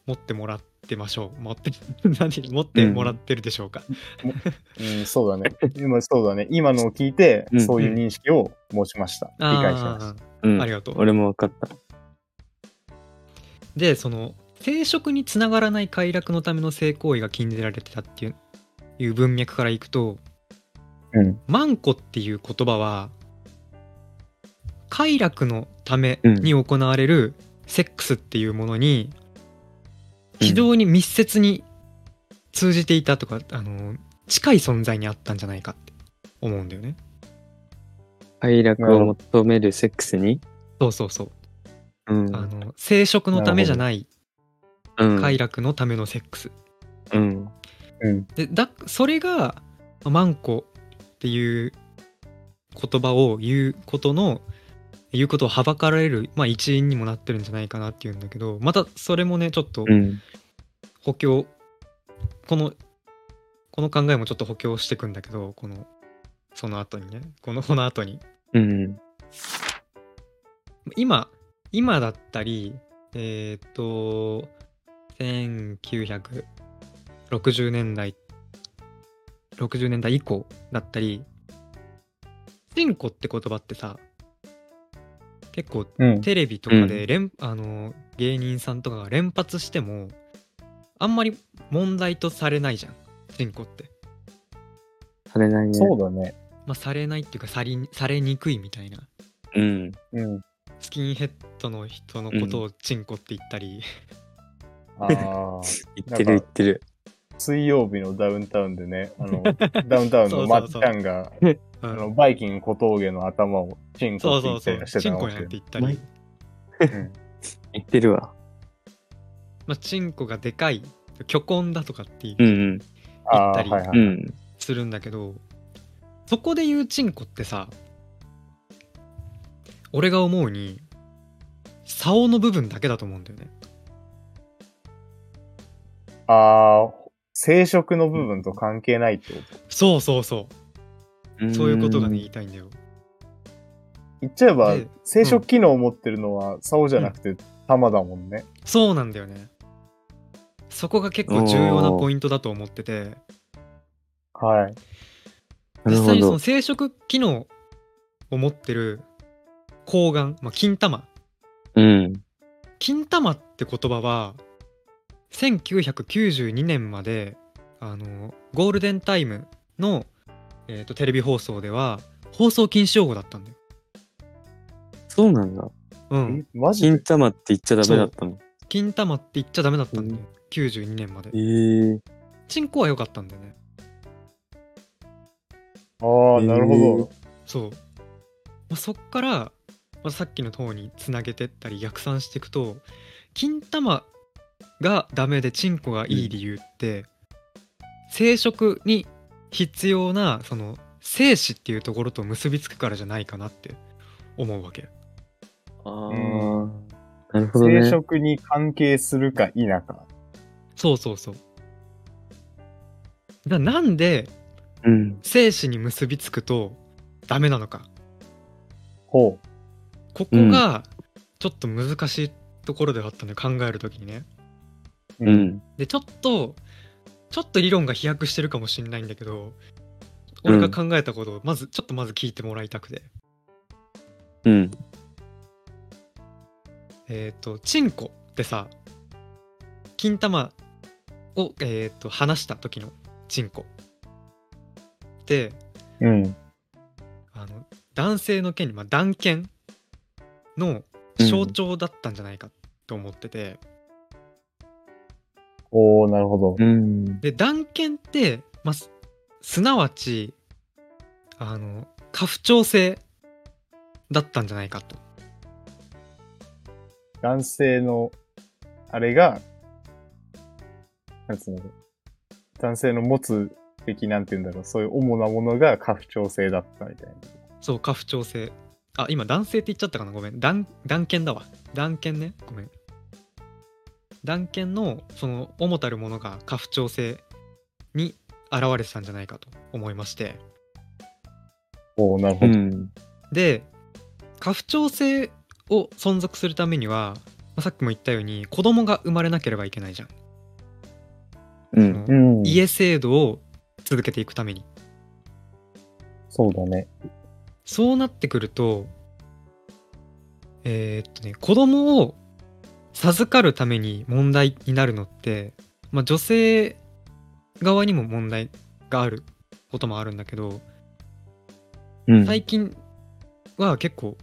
Speaker 1: 持ってもらってましょう持って [LAUGHS] 何持ってもらってるでしょうか、
Speaker 2: うん、そう
Speaker 1: [LAUGHS]
Speaker 2: だね。今、そうだね。今のを聞いて
Speaker 3: う、ん
Speaker 2: そういう認識を持ちました。理解しまし
Speaker 1: あ
Speaker 2: た。
Speaker 3: うん
Speaker 1: ーありがとう
Speaker 3: 俺も分かった。
Speaker 1: でその生殖につながらない快楽のための性行為が禁じられてたっていういう文脈からいくと
Speaker 2: うん。
Speaker 1: 「マンコ」っていう言葉は快楽のために行われるセックスっていうものに非常に密接に通じていたとか、あの近い存在にあったんじゃないかって思うんだよね。
Speaker 3: 快楽を求めるセックスに
Speaker 1: そうそうそう。
Speaker 3: うん。
Speaker 1: あの生殖のためじゃない
Speaker 3: うん
Speaker 1: 快楽のためのセックス
Speaker 3: うん。
Speaker 2: うん。
Speaker 1: でだそれが「マンコ」っていう言葉を言うことの言うことをはばかられる、まあ、一因にもなってるんじゃないかなっていうんだけどまたそれもねちょっと
Speaker 3: うん。
Speaker 1: 補強、このこの考えもちょっと補強していくんだけどこのその後にねこのこの後に
Speaker 3: うん。
Speaker 1: 今今だったりえーっと1960年代60年代以降だったり「チンコ」って言葉ってさ結構
Speaker 2: うん。
Speaker 1: テレビとかで連、あの芸人さんとかが連発してもあんまり問題とされないじゃんチンコって。
Speaker 3: されないね。
Speaker 2: そうだね。
Speaker 1: まあ、されないっていうかさりされにくいみたいな
Speaker 3: うん。
Speaker 2: うん。
Speaker 1: スキンヘッドの人のことをチンコって言った
Speaker 2: [LAUGHS]
Speaker 1: り、
Speaker 2: ああ。
Speaker 3: 言ってる言ってる。
Speaker 2: [LAUGHS] 水曜日のダウンタウンでね、あ
Speaker 1: [LAUGHS]
Speaker 2: の、ダウンタウンのまっちゃんが、
Speaker 1: う
Speaker 2: あ
Speaker 1: ん
Speaker 2: の、バイキン小峠の頭をチン
Speaker 1: そ
Speaker 2: コ
Speaker 1: う
Speaker 2: って
Speaker 1: そ
Speaker 2: 言
Speaker 1: うそう。チン
Speaker 2: ってしてたの
Speaker 1: コ
Speaker 2: を
Speaker 1: やんって言った
Speaker 3: マイ
Speaker 1: り、
Speaker 2: うん
Speaker 3: 言ってるわ。
Speaker 1: まあ、チンコがでかい、巨根だとかって
Speaker 3: うん
Speaker 1: 言
Speaker 2: あ
Speaker 1: った
Speaker 2: あ、
Speaker 1: り
Speaker 2: はいは
Speaker 3: うん。う
Speaker 2: い。
Speaker 3: ん。
Speaker 1: するんだけど、そこで言うチンコってさ、俺が思うに、竿の部分だけだと思うんだよね。
Speaker 2: ああ、生殖の部分と関係ないってこと。
Speaker 1: そうそうそう。そういうことがね、
Speaker 3: ね
Speaker 1: 言いたいんだよ。
Speaker 2: 言っちゃえば
Speaker 1: で、
Speaker 2: 生殖機能を持ってるのは、竿じゃなくて玉だもんね。
Speaker 1: そうなんだよね。そこが結構重要なポイントだと思ってて、
Speaker 2: はい。
Speaker 3: なる
Speaker 1: 実
Speaker 3: ほ
Speaker 1: 際にその
Speaker 3: ど。
Speaker 1: 生殖機能を持ってる睾丸、まあ、金玉
Speaker 3: うん。
Speaker 1: 金玉って言葉は1992年まであのゴールデンタイムの、えーとテレビ放送では放送禁止用語だったんだよ。
Speaker 3: そうなんだ。
Speaker 1: うん、
Speaker 2: えマジ
Speaker 3: 金玉って言っちゃダメだったの。
Speaker 1: 金玉って言っちゃダメだったんだよ、
Speaker 3: う
Speaker 1: 92年まで
Speaker 3: ええ。
Speaker 1: チンコは良かったんだよね
Speaker 2: ああ、なるほど。
Speaker 1: そう、まあ、そっから、まあ、さっきの塔につなげてったり逆算していくと金玉がダメでチンコがいい理由って、生殖に必要なその精子っていうところと結びつくからじゃないかなって思うわけ
Speaker 3: ああ
Speaker 2: う。
Speaker 3: なるほど
Speaker 2: 生
Speaker 3: ね。
Speaker 2: 殖に関係するか否か。
Speaker 1: そうそうそうだなんで
Speaker 3: うん。
Speaker 1: 精子に結びつくとダメなのか
Speaker 2: ほう。
Speaker 1: ここがちょっと難しいところではあったので考えるときにね。
Speaker 3: う。ん。
Speaker 1: でちょっとちょっと理論が飛躍してるかもしれないんだけど俺が考えたことをまず、ちょっとまず聞いてもらいたくて。
Speaker 3: うん。
Speaker 1: えっ、とチンコってさ金玉を、えー、と離した時のチンコって
Speaker 2: うん。
Speaker 1: あの男性の権利、まあ、男権の象徴だったんじゃないかと思ってて。
Speaker 2: おおなるほど。
Speaker 3: うん。
Speaker 1: で断剣って、まあ、すすなわちあの家父長制だったんじゃないかと
Speaker 2: 男性の、あれが、なんつうの、男性の持つ的、なんて言うんだろう、そういう主なものが家父長制だったみたいな。
Speaker 1: そう家父長制あ今男性って言っちゃったかなごめん断断剣だわ断剣ねごめん断剣のその主たるものが家父長制に現れてたんじゃないかと思いまして
Speaker 2: おおなる
Speaker 3: う
Speaker 2: ほど。
Speaker 3: ん。
Speaker 1: で家父長制を存続するためには、まあさっきも言ったように子供が生まれなければいけないじゃん
Speaker 3: うん。
Speaker 2: うん。
Speaker 1: 家制度を続けていくために
Speaker 2: そうだね。
Speaker 1: そうなってくるとえーっとね子供を授かるために問題になるのって、まあ、女性側にも問題があることもあるんだけど
Speaker 3: うん。
Speaker 1: 最近は結構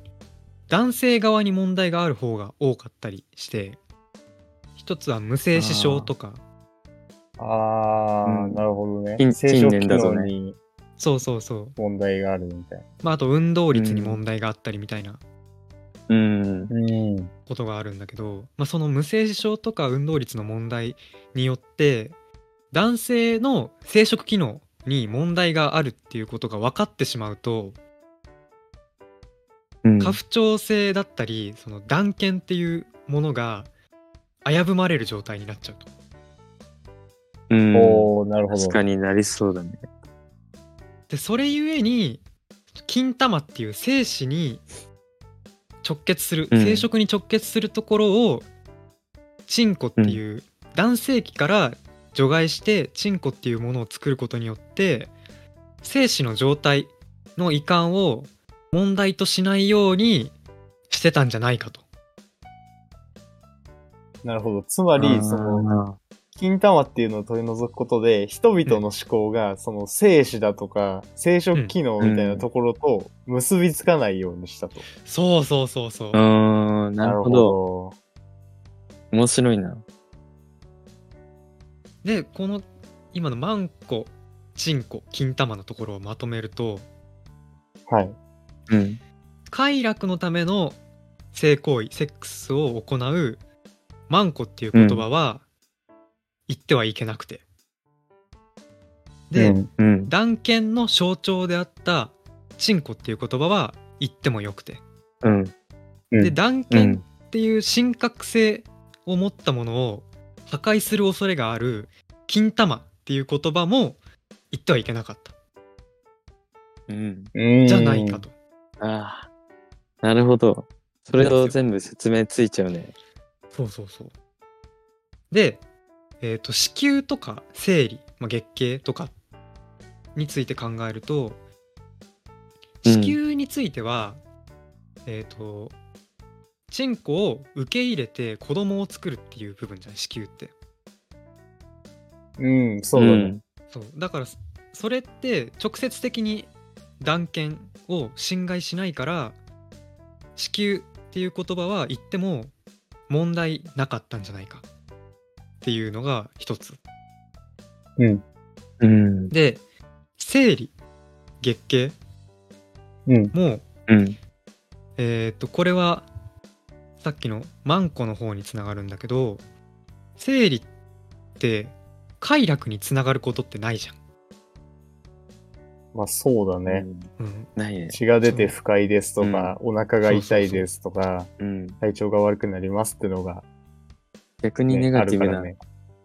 Speaker 1: 男性側に問題がある方が多かったりして一つは無精子症とか
Speaker 2: あー、
Speaker 3: うん
Speaker 2: なるほどね。
Speaker 3: 近
Speaker 2: 生殖
Speaker 3: 近年だとね
Speaker 2: 機能に
Speaker 1: そうそうそう、
Speaker 2: 問題があるみたい
Speaker 1: まあ、あと運動率に問題があったりみたいな、
Speaker 3: うん。
Speaker 2: な。うん。
Speaker 1: ことがあるんだけど、まあ、その無精子症とか運動率の問題によって男性の生殖機能に問題があるっていうことが分かってしまうと
Speaker 3: うん。
Speaker 1: 過不調性だったりその断権っていうものが危ぶまれる状態になっちゃうと。
Speaker 3: うん。
Speaker 2: おおなるほど。
Speaker 3: 確かになりそうだね。
Speaker 1: でそれゆえに金玉っていう精子に直結する、
Speaker 3: うん
Speaker 1: 生殖に直結するところをチンコっていう男性器から除外してチンコっていうものを作ることによって精子の状態の移管を問題としないようにしてたんじゃないかと。
Speaker 2: なるほど。つまり、その、
Speaker 3: の、
Speaker 2: 金玉っていうのを取り除くことで、人々の思考が、その、生死だとか、生殖機能みたいなところと結びつかないようにしたと。
Speaker 1: そうそうそうそう。
Speaker 3: うん、なるほど。
Speaker 2: ど。
Speaker 3: 面白いな。
Speaker 1: でこの今のマンコチンコ金玉のところをまとめると
Speaker 2: はい。
Speaker 3: うん。
Speaker 1: 快楽のための性行為セックスを行うマンコっていう言葉は言ってはいけなくて、で、
Speaker 2: うん
Speaker 3: うん。
Speaker 1: 断権の象徴であったチンコっていう言葉は言ってもよくて、
Speaker 3: うん。
Speaker 2: うん
Speaker 1: で断権っていう神格性を持ったものを破壊する恐れがある金玉っていう言葉も言ってはいけなかった
Speaker 3: うん。
Speaker 1: じゃないかと。
Speaker 3: ああ。なるほど。それと全部説明ついちゃうね。
Speaker 1: そうそうそう。で、えー、と子宮とか生理、まあ、月経とかについて考えると
Speaker 3: う
Speaker 1: 子
Speaker 3: ん
Speaker 1: 宮については、えっ、とチンコを受け入れて子供を作るっていう部分じゃない子宮って
Speaker 2: うん、そうだね。
Speaker 1: そうだからそそれって直接的に断権を侵害しないから子宮っていう言葉は言っても問題なかったんじゃないかっていうのが一つ
Speaker 2: うん、
Speaker 3: うん。
Speaker 1: で生理月経
Speaker 2: うん、
Speaker 1: も
Speaker 3: うん。
Speaker 1: えーっとこれはさっきのマンコの方につながるんだけど生理って快楽につながることってないじ
Speaker 2: まあそうだね。
Speaker 1: ゃん、うん、
Speaker 3: ないね。
Speaker 2: 血が出て不快ですとか、お腹が痛いですとか、
Speaker 3: うん。
Speaker 2: 体調が悪くなりますってのが、
Speaker 3: 逆
Speaker 2: ね
Speaker 3: にネガティブ
Speaker 2: あ
Speaker 3: な
Speaker 2: る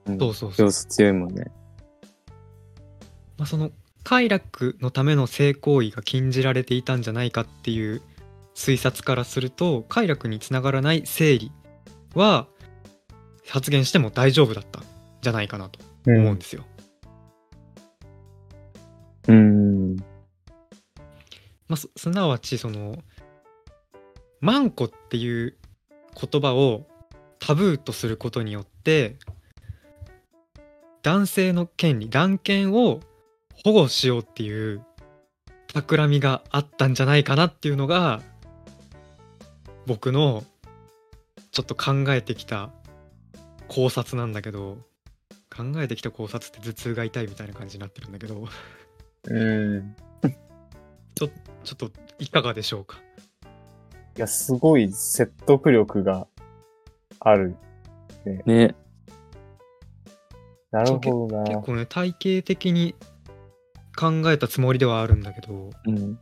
Speaker 3: うん
Speaker 1: そうそうそう
Speaker 3: 要素強いもんね。
Speaker 1: まあ、その快楽のための性行為が禁じられていたんじゃないかっていう推察からすると快楽につながらない生理は発言しても大丈夫だったんじゃないかなと
Speaker 2: からね。
Speaker 1: 思
Speaker 2: う
Speaker 1: うん
Speaker 2: ん
Speaker 1: ですよ。
Speaker 3: うん。
Speaker 1: まあ、すすなわちその「マンコ」っていう言葉をタブーとすることによって男性の権利男権を保護しようっていう企みがあったんじゃないかなっていうのが僕のちょっと考えてきた考察なんだけど考えてきた考察って頭痛が痛いみたいな感じになってるんだけど
Speaker 2: うん。
Speaker 1: ちょっといかがでしょうか
Speaker 2: いや、すごい説得力がある。
Speaker 3: ね。
Speaker 2: なるほど
Speaker 1: 結
Speaker 2: な。
Speaker 1: 構ね体系的に考えたつもりではあるんだけど、
Speaker 3: うん。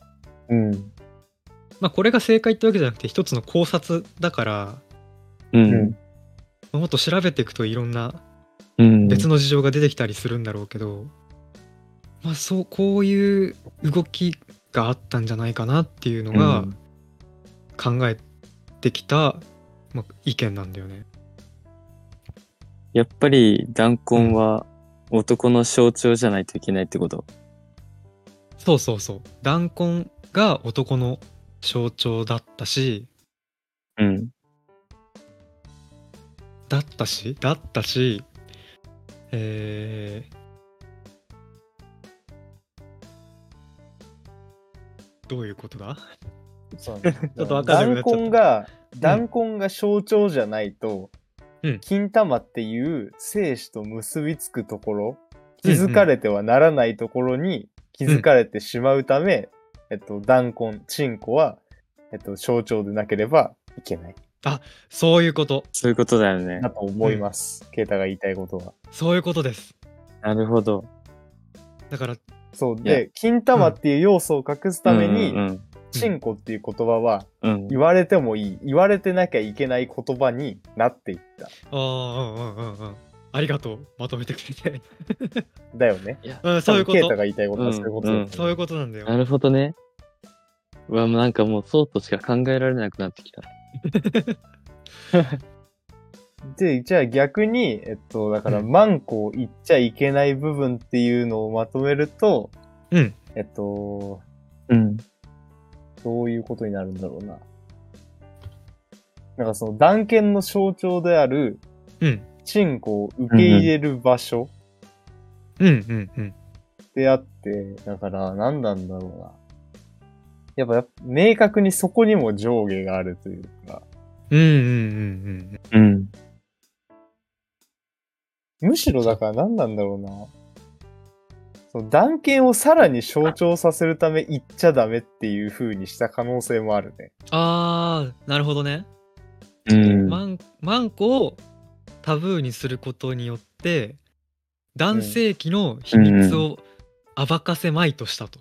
Speaker 2: うん。
Speaker 1: まあ、これが正解ってわけじゃなくて一つの考察だから
Speaker 3: う
Speaker 2: うんん。。
Speaker 1: もっと調べていくといろんな
Speaker 3: うん。
Speaker 1: 別の事情が出てきたりするんだろうけど、まあそうこういう動きがあったんじゃないかなっていうのが
Speaker 3: うん
Speaker 1: 考えてきた、まあ、意見なんだよね。
Speaker 3: やっぱり、弾痕は男の象徴じゃないといけないってこと。
Speaker 1: そうそうそう弾痕が男の象徴だったし
Speaker 3: うん。
Speaker 1: だったしだったしえーどういうことだ
Speaker 2: そうだね
Speaker 1: [LAUGHS] ちょっとわかんなくなっちゃった
Speaker 2: 弾痕が、
Speaker 1: ん
Speaker 2: 弾痕が象徴じゃないと、
Speaker 1: うん
Speaker 2: 金玉っていう精子と結びつくところ、
Speaker 1: う
Speaker 2: 気
Speaker 1: んうん
Speaker 2: づかれてはならないところに気づかれてしまうため、えっと、弾痕、チンコは、えっと、象徴でなければいけない。
Speaker 1: そういうこと
Speaker 3: そういうことだよね
Speaker 2: だ。と思います。ケイタが言いたいことは。
Speaker 1: そういうことです
Speaker 3: なるほど。
Speaker 1: だから
Speaker 2: そう。
Speaker 3: い
Speaker 2: で、金玉っていう要素を隠すために、
Speaker 3: うん
Speaker 2: チンコっていう言葉は、
Speaker 3: うんうん。うん
Speaker 2: 言われてもいい、言われてなきゃいけない言葉になっていった。
Speaker 1: ああうんうんうんうんありがとうまとめてくれて、
Speaker 2: だよね。
Speaker 1: うん、そういうこ
Speaker 2: 多分ケイタ
Speaker 1: と
Speaker 2: が言いたいことはそういうことだと思
Speaker 3: うん
Speaker 1: そういうことなんだよ
Speaker 3: なるほどね。うわ、もうなんかもうそうとしか考えられなくなってきた。
Speaker 2: で、じゃあ逆に、えっと、だから、
Speaker 1: うん
Speaker 2: マンコを言っちゃいけない部分っていうのをまとめると、
Speaker 1: うん
Speaker 2: えっと、
Speaker 3: うん。
Speaker 2: どういうことになるんだろうな。なんかその、断剣の象徴である、
Speaker 1: うん
Speaker 2: チンコを受け入れる場所
Speaker 1: うんうんうん
Speaker 2: であって、だから、何なんだろうな。やっぱやっぱ、明確にそこにも上下があるというか、
Speaker 1: うんうんうん
Speaker 3: うん。
Speaker 2: むしろだから何なんだろうな。その断剣をさらに象徴させるため言っちゃダメっていう風にした可能性もあるね。
Speaker 1: ああなるほどね、
Speaker 3: うん。
Speaker 1: マンマンコをタブーにすることによって男性器の秘密を暴かせまいとしたと、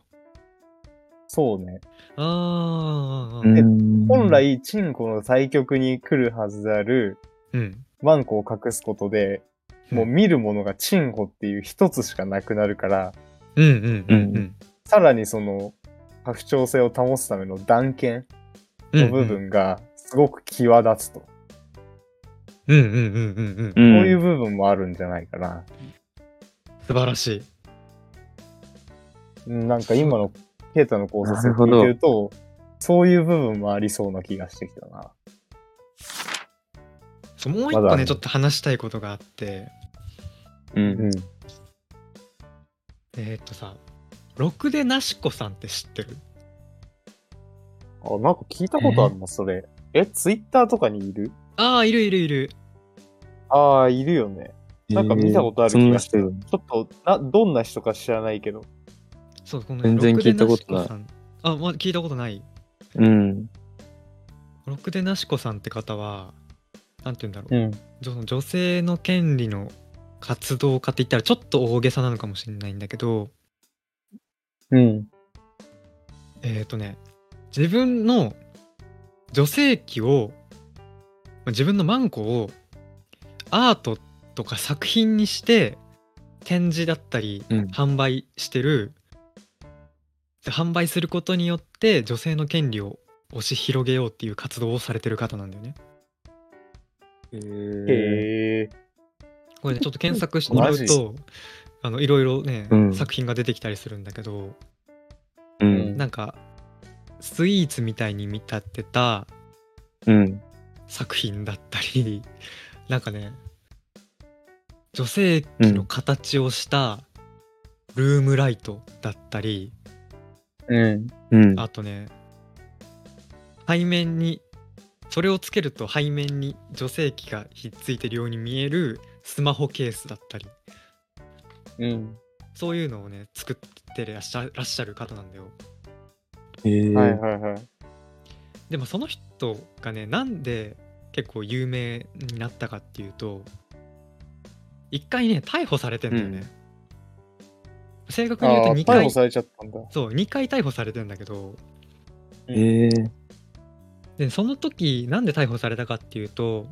Speaker 2: そうね。
Speaker 1: あ
Speaker 3: う
Speaker 1: あ、
Speaker 3: ん
Speaker 2: 本、来、チンコの対局に来るはずである
Speaker 1: うん。
Speaker 2: マンコを隠すことで、もう見るものがチンコっていう一つしかなくなるから、
Speaker 1: うんうんうん
Speaker 2: さらにその、拡張性を保つための断剣
Speaker 1: うん。
Speaker 2: の部分がすごく際立つと。
Speaker 1: うんうんうんうんう。
Speaker 3: う
Speaker 2: こ
Speaker 3: ん
Speaker 2: うんいう部分もあるんじゃないかな。
Speaker 1: 素晴らしい。
Speaker 2: うんなんか今のケイタの考察を聞いてると、そういう部分もありそうな気がしてきたな。
Speaker 1: そうもう一
Speaker 2: まだ
Speaker 1: 個
Speaker 2: あ
Speaker 1: ね
Speaker 2: る
Speaker 1: ちょっと話したいことがあって
Speaker 3: う。
Speaker 2: うんん。
Speaker 1: えー、っとさろくでなしこさんって知ってる
Speaker 2: あ、なんか聞いたことあるな、それ。え、ツイッターとかにいる
Speaker 1: ああいるいるいる
Speaker 2: ああ、いるよね。なんか見たことある
Speaker 3: そん
Speaker 2: 気
Speaker 3: な
Speaker 2: がし
Speaker 3: 人
Speaker 2: て
Speaker 3: い
Speaker 2: る
Speaker 3: る。
Speaker 2: ちょっと、な、どんな人か知らないけど。
Speaker 1: そうこの
Speaker 3: 全然
Speaker 1: ろくで
Speaker 3: 聞いたことない
Speaker 1: しこさんあまあ聞いたことない
Speaker 3: うん。
Speaker 1: ろくでなしこさんって方はなんて言うんだろう、
Speaker 2: ん。
Speaker 1: その女性の権利の活動家って言ったらちょっと大げさなのかもしれないんだけど
Speaker 2: うん。
Speaker 1: えっ、とね自分の女性器をまあ自分のマンコをアートとか作品にして展示だったり
Speaker 3: うん
Speaker 1: 販売してる、で販売することによって女性の権利を押し広げようっていう活動をされてる方なんだよね。
Speaker 3: へ
Speaker 2: へ
Speaker 3: え。
Speaker 2: え。
Speaker 1: これねちょっと検索してもらう
Speaker 2: マ
Speaker 1: とあのいろいろね、
Speaker 3: うん
Speaker 1: 作品が出てきたりするんだけど
Speaker 3: うん。
Speaker 1: なんかスイーツみたいに見立てた
Speaker 3: うん。
Speaker 1: 作品だったり [LAUGHS] なんかね女性器の形をしたルームライトだったり、
Speaker 2: うん。
Speaker 3: うん。
Speaker 1: あとね背面にそれをつけると背面に女性器がひっついてるように見えるスマホケースだったり
Speaker 2: うん。
Speaker 1: そういうのをね作ってらっしゃらっしゃる方なんだよ。
Speaker 3: へえ。
Speaker 2: はいはいはい。
Speaker 1: でもその人がねなんで結構有名になったかっていうと一回ね逮捕されてんだよね、正確に言う
Speaker 2: あ
Speaker 1: と
Speaker 2: あ、
Speaker 1: 2
Speaker 2: 逮捕
Speaker 1: 回
Speaker 2: されちゃったんだ。
Speaker 1: そう2回逮捕されてんだけど
Speaker 3: へえ。
Speaker 1: でその時なんで逮捕されたかっていうと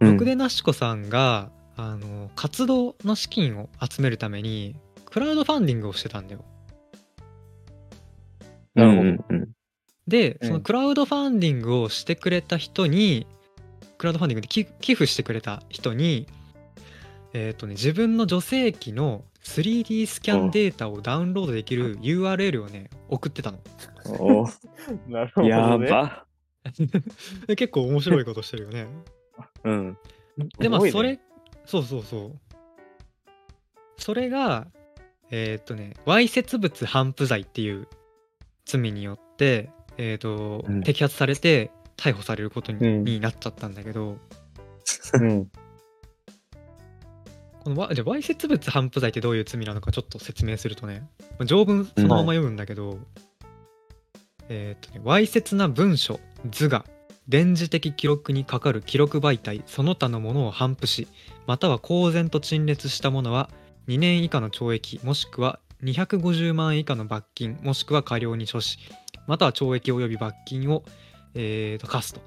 Speaker 3: うん
Speaker 1: ろくでなしこさんが、あの活動の資金を集めるためにクラウドファンディングをしてたんだよ
Speaker 2: なるほど
Speaker 3: うんうんうん
Speaker 1: で、
Speaker 2: うん
Speaker 1: そのクラウドファンディングをしてくれた人にクラウドファンディングで寄寄付してくれた人にえっ、とね自分の女性器の 3D スキャンデータをダウンロードできる URL をね送ってたの
Speaker 3: お
Speaker 2: [LAUGHS] なるほ
Speaker 3: ー
Speaker 2: どね。
Speaker 3: やば。
Speaker 1: で結構面白いことしてるよね
Speaker 3: うん。
Speaker 1: でまあ
Speaker 2: すごいね
Speaker 1: それ、そうそうそうそれがえーっとねわいせつ物頒布罪っていう罪によってえーっと、
Speaker 3: うん
Speaker 1: 摘発されて逮捕されることに,、
Speaker 2: うん
Speaker 1: になっちゃったんだけど
Speaker 2: うん。
Speaker 1: このわじゃあわいせつ物頒布罪ってどういう罪なのかちょっと説明するとねまあ条文そのまま読むんだけど、えーっとねわいせつな文書図画電磁的記録にかかる記録媒体その他のものを頒布しまたは公然と陳列したものは2年以下の懲役もしくは250万円以下の罰金もしくは科料に処しまたは懲役及び罰金を、えーと科すと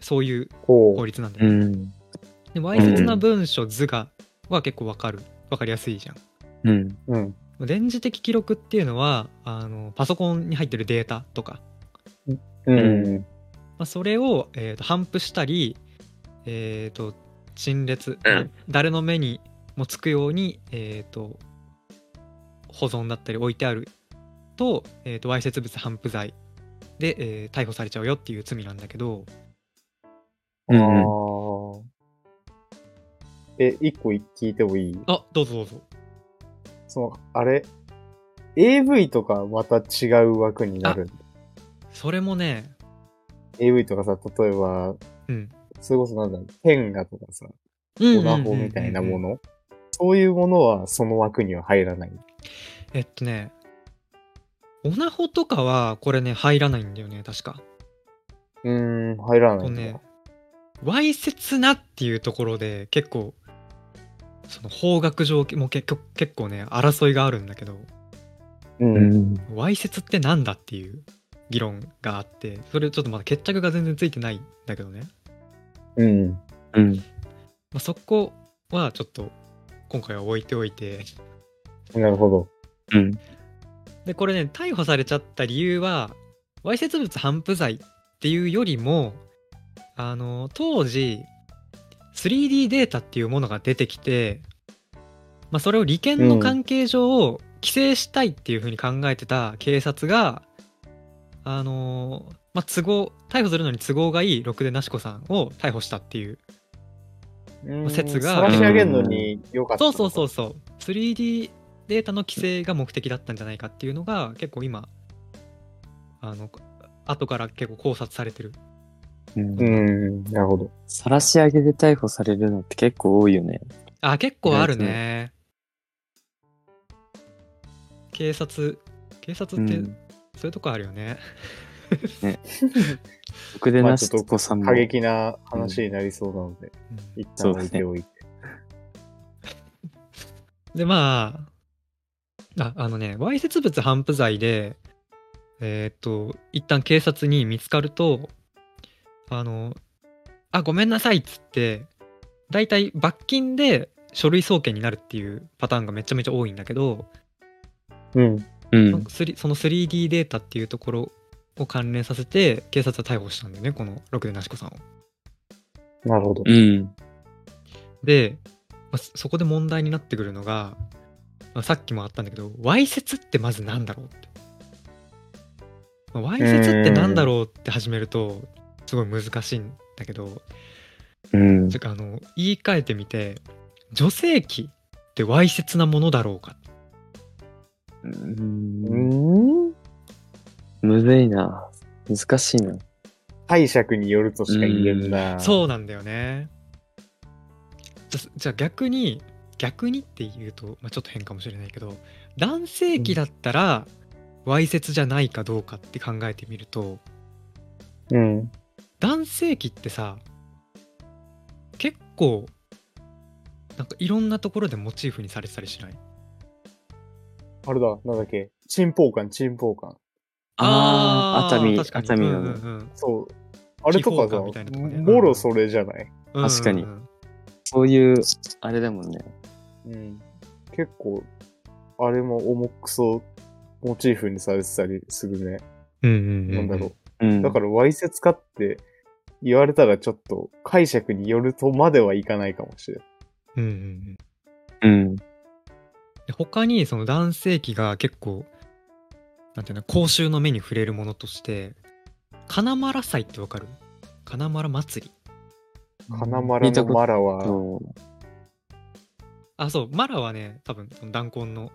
Speaker 1: そういう
Speaker 2: こ
Speaker 1: 法律なんだよね
Speaker 3: うん。
Speaker 1: でわいせつな文書図画は結構わかるわかりやすいじゃん
Speaker 3: うん。
Speaker 2: う。うん。
Speaker 1: 電磁的記録っていうのはあのパソコンに入ってるデータとか、
Speaker 2: うん。
Speaker 1: まあ、それを、えー、と頒布したりえっ、と陳列、
Speaker 3: うん
Speaker 1: まあ誰の目にもつくようにえっ、と保存だったり置いてあると,、えー、とわいせつ物頒布罪で、えー逮捕されちゃうよっていう罪なんだけど
Speaker 3: うん
Speaker 2: ああ。え、一個聞いてもいい
Speaker 1: あどうぞどうぞ
Speaker 2: その、あれ ?AV とかまた違う枠になるんだ。
Speaker 1: それもね
Speaker 2: AV とかさ、例えば、
Speaker 1: うん
Speaker 2: それこそなんだろう、ペンガとかさ、
Speaker 1: うん
Speaker 2: オナホみたいな
Speaker 1: うんうんうんう
Speaker 2: も
Speaker 1: ん
Speaker 2: のそういうものはその枠には入らない。
Speaker 1: えっとね、オナホとかはこれね、入らないんだよね、確か。
Speaker 2: うーん、入らな
Speaker 1: こ
Speaker 2: い
Speaker 1: うん
Speaker 2: だ。
Speaker 1: ね、わいせつなっていうところで結構、その法学上も結局結構ね、争いがあるんだけど、
Speaker 2: うん。
Speaker 3: うん。
Speaker 1: わいせつってなんだっていう議論があって、それちょっとまだ決着が全然ついてないんだけどね、
Speaker 2: うん。
Speaker 3: うん。
Speaker 1: まあ、そこはちょっと今回は置いておいて、
Speaker 2: なるほど。
Speaker 3: うん。
Speaker 1: でこれね逮捕されちゃった理由はわいせつ物頒布罪っていうよりもあの当時 3D データっていうものが出てきて、まあ、それを利権の関係上、帰省したいっていうふうに考えてた警察があのーまあ都合逮捕するのに都合がいいろくでなしこさんを逮捕したっていう
Speaker 2: うん
Speaker 1: 説が
Speaker 2: 晒し上げるのに良かった
Speaker 1: そ
Speaker 2: の
Speaker 1: う
Speaker 2: か。
Speaker 1: そうそうそう 3D データの規制が目的だったんじゃないかっていうのが結構今あの後から結構考察されてる
Speaker 3: うん
Speaker 2: うん、なるほど。
Speaker 3: 晒し上げで逮捕されるのって結構多いよね。
Speaker 1: あ結構あるね警察警察
Speaker 3: う
Speaker 1: って
Speaker 3: ん。
Speaker 1: そういうとこあるよね、
Speaker 3: 僕で
Speaker 2: まあ
Speaker 3: な
Speaker 2: ちょ
Speaker 3: し
Speaker 2: っと
Speaker 3: とこさんも
Speaker 2: 過。激な話になりそうなので、
Speaker 1: うん
Speaker 2: 一旦置いておいて。
Speaker 1: でまあああのねわいせつ物頒布罪でえーっと一旦警察に見つかるとあの「あごめんなさい」っつって大体罰金で書類送検になるっていうパターンがめちゃめちゃ多いんだけど、
Speaker 2: うん。
Speaker 3: うん。
Speaker 1: そのその 3D データっていうところを関連させて警察は逮捕したんだよねこのろくでなしこさんを。
Speaker 2: なるほど。
Speaker 3: うん。
Speaker 1: で、まあそそこで問題になってくるのが、まあさっきもあったんだけどわいせつってまずなんだろうってまあわいせつってなんだろうって始めるとすごい難しいんだけど
Speaker 3: うん
Speaker 1: ちょっ。とあの言い換えてみて女性器ってわいせつなものだろうか
Speaker 3: うん
Speaker 2: うん。
Speaker 3: むずいな。難しいな。
Speaker 2: 解釈によるとしか言えんな。
Speaker 1: そうなんだよねじゃじゃあ逆に逆にって言うと、まあ、ちょっと変かもしれないけど男性器だったらわいせつじゃないかどうかって考えてみると、
Speaker 2: う。うん。
Speaker 1: 男性器ってさ結構なんかいろんなところでモチーフにされてたりしない
Speaker 2: あれだ、なんだっけ。チンポウカン、チンポウカン。
Speaker 3: あー熱海、
Speaker 1: 確かに
Speaker 3: 熱海の
Speaker 1: うんうん
Speaker 3: ね。
Speaker 1: うん
Speaker 2: そう。あれ
Speaker 1: 地
Speaker 2: とか
Speaker 1: 方
Speaker 2: さ、
Speaker 1: 感みたいなとこね
Speaker 2: もろそれじゃない、
Speaker 1: うんうん
Speaker 3: 確かにそういう、あれだもんね。
Speaker 2: うん、結構、あれも重くそモチーフにされてたりするね。
Speaker 1: うんうんう
Speaker 2: なんだろう。
Speaker 3: うん。
Speaker 2: だから、わいせつかって言われたらちょっと解釈によるとまではいかないかもしれない。
Speaker 1: うんうんうん
Speaker 3: うん。
Speaker 1: で他にその男性器が結構なんていうの公衆の目に触れるものとして金丸祭ってわかる金丸祭り
Speaker 2: 金丸
Speaker 3: 見た
Speaker 2: の
Speaker 3: こ
Speaker 2: マラ
Speaker 3: と
Speaker 2: は、
Speaker 1: あそうマラはね多分その弾痕の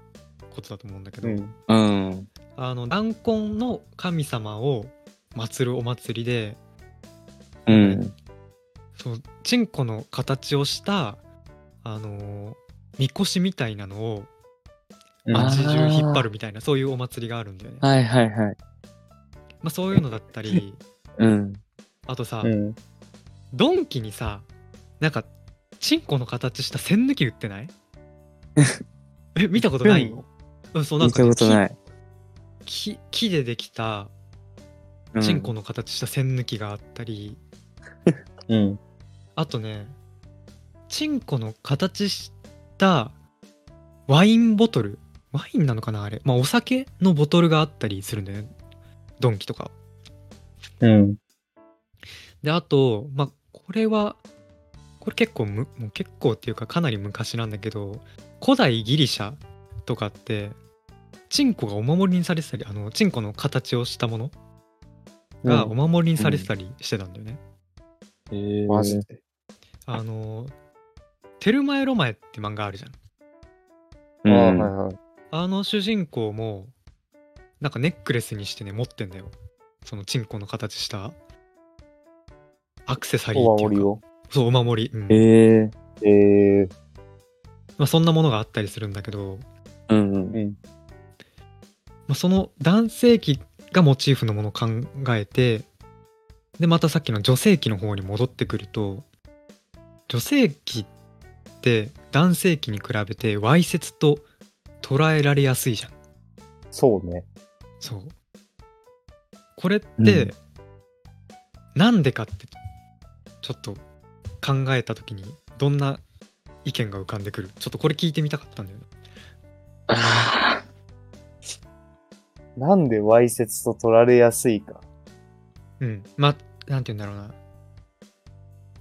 Speaker 1: ことだと思うんだけ
Speaker 2: う
Speaker 1: ど、
Speaker 2: ん。
Speaker 3: うん。
Speaker 1: あの弾痕の神様を祀るお祭りで
Speaker 3: うん。
Speaker 1: そうチンコの形をしたあのーみこしみたいなのを街中引っ張るみたいなそういうお祭りがあるんだよね、
Speaker 3: はいはいはい。
Speaker 1: まあ、そういうのだったり
Speaker 3: うん。
Speaker 1: あとさ、
Speaker 2: うん。
Speaker 1: ドンキにさなんかチンコの形した栓抜き売ってない
Speaker 3: [LAUGHS]
Speaker 1: え見たことないの、うん、そうなん
Speaker 3: 見
Speaker 1: か
Speaker 3: た
Speaker 1: ね、
Speaker 3: ことない。
Speaker 1: 木木木でできた
Speaker 3: うん
Speaker 1: チンコの形した栓抜きがあったり、
Speaker 2: うん。
Speaker 1: あとね、チンコの形したワインボトル。ワインなのかなあれ。まあ、お酒のボトルがあったりするんだよね。ドンキとか。
Speaker 2: うん。
Speaker 1: で、あと、まあ、これは、これ結構む、もう結構っていうかかなり昔なんだけど、古代ギリシャとかって、チンコがお守りにされてたり、あの、チンコの形をしたものがお守りにされてたりしてたんだよね。
Speaker 3: えー
Speaker 2: マジで。
Speaker 1: あの、テルマエロマエって漫画あるじゃん。
Speaker 3: う
Speaker 2: ああ、
Speaker 3: ん。
Speaker 2: はいはい。
Speaker 1: あの主人公もなんかネックレスにしてね持ってんだよそのチンコの形したアクセサリー
Speaker 2: お
Speaker 1: ってい
Speaker 2: 守り
Speaker 1: うか
Speaker 2: を。
Speaker 1: そうお守り、うん
Speaker 3: えー
Speaker 2: ええ
Speaker 1: まあ、そんなものがあったりするんだけど、
Speaker 3: うんうん。
Speaker 2: うん。
Speaker 1: まあ、その男性器がモチーフのものを考えてでまたさっきの女性器の方に戻ってくると女性器って男性器に比べてわいせつと捉えられやすいじゃん
Speaker 2: そうね。
Speaker 1: そう。これって、
Speaker 3: うん
Speaker 1: なんでかってちょっと考えた時にどんな意見が浮かんでくるちょっとこれ聞いてみたかったんだよね。
Speaker 3: あ
Speaker 2: なんでわいせつと取られやすいか。
Speaker 1: うん。まあなんて言うんだろうな。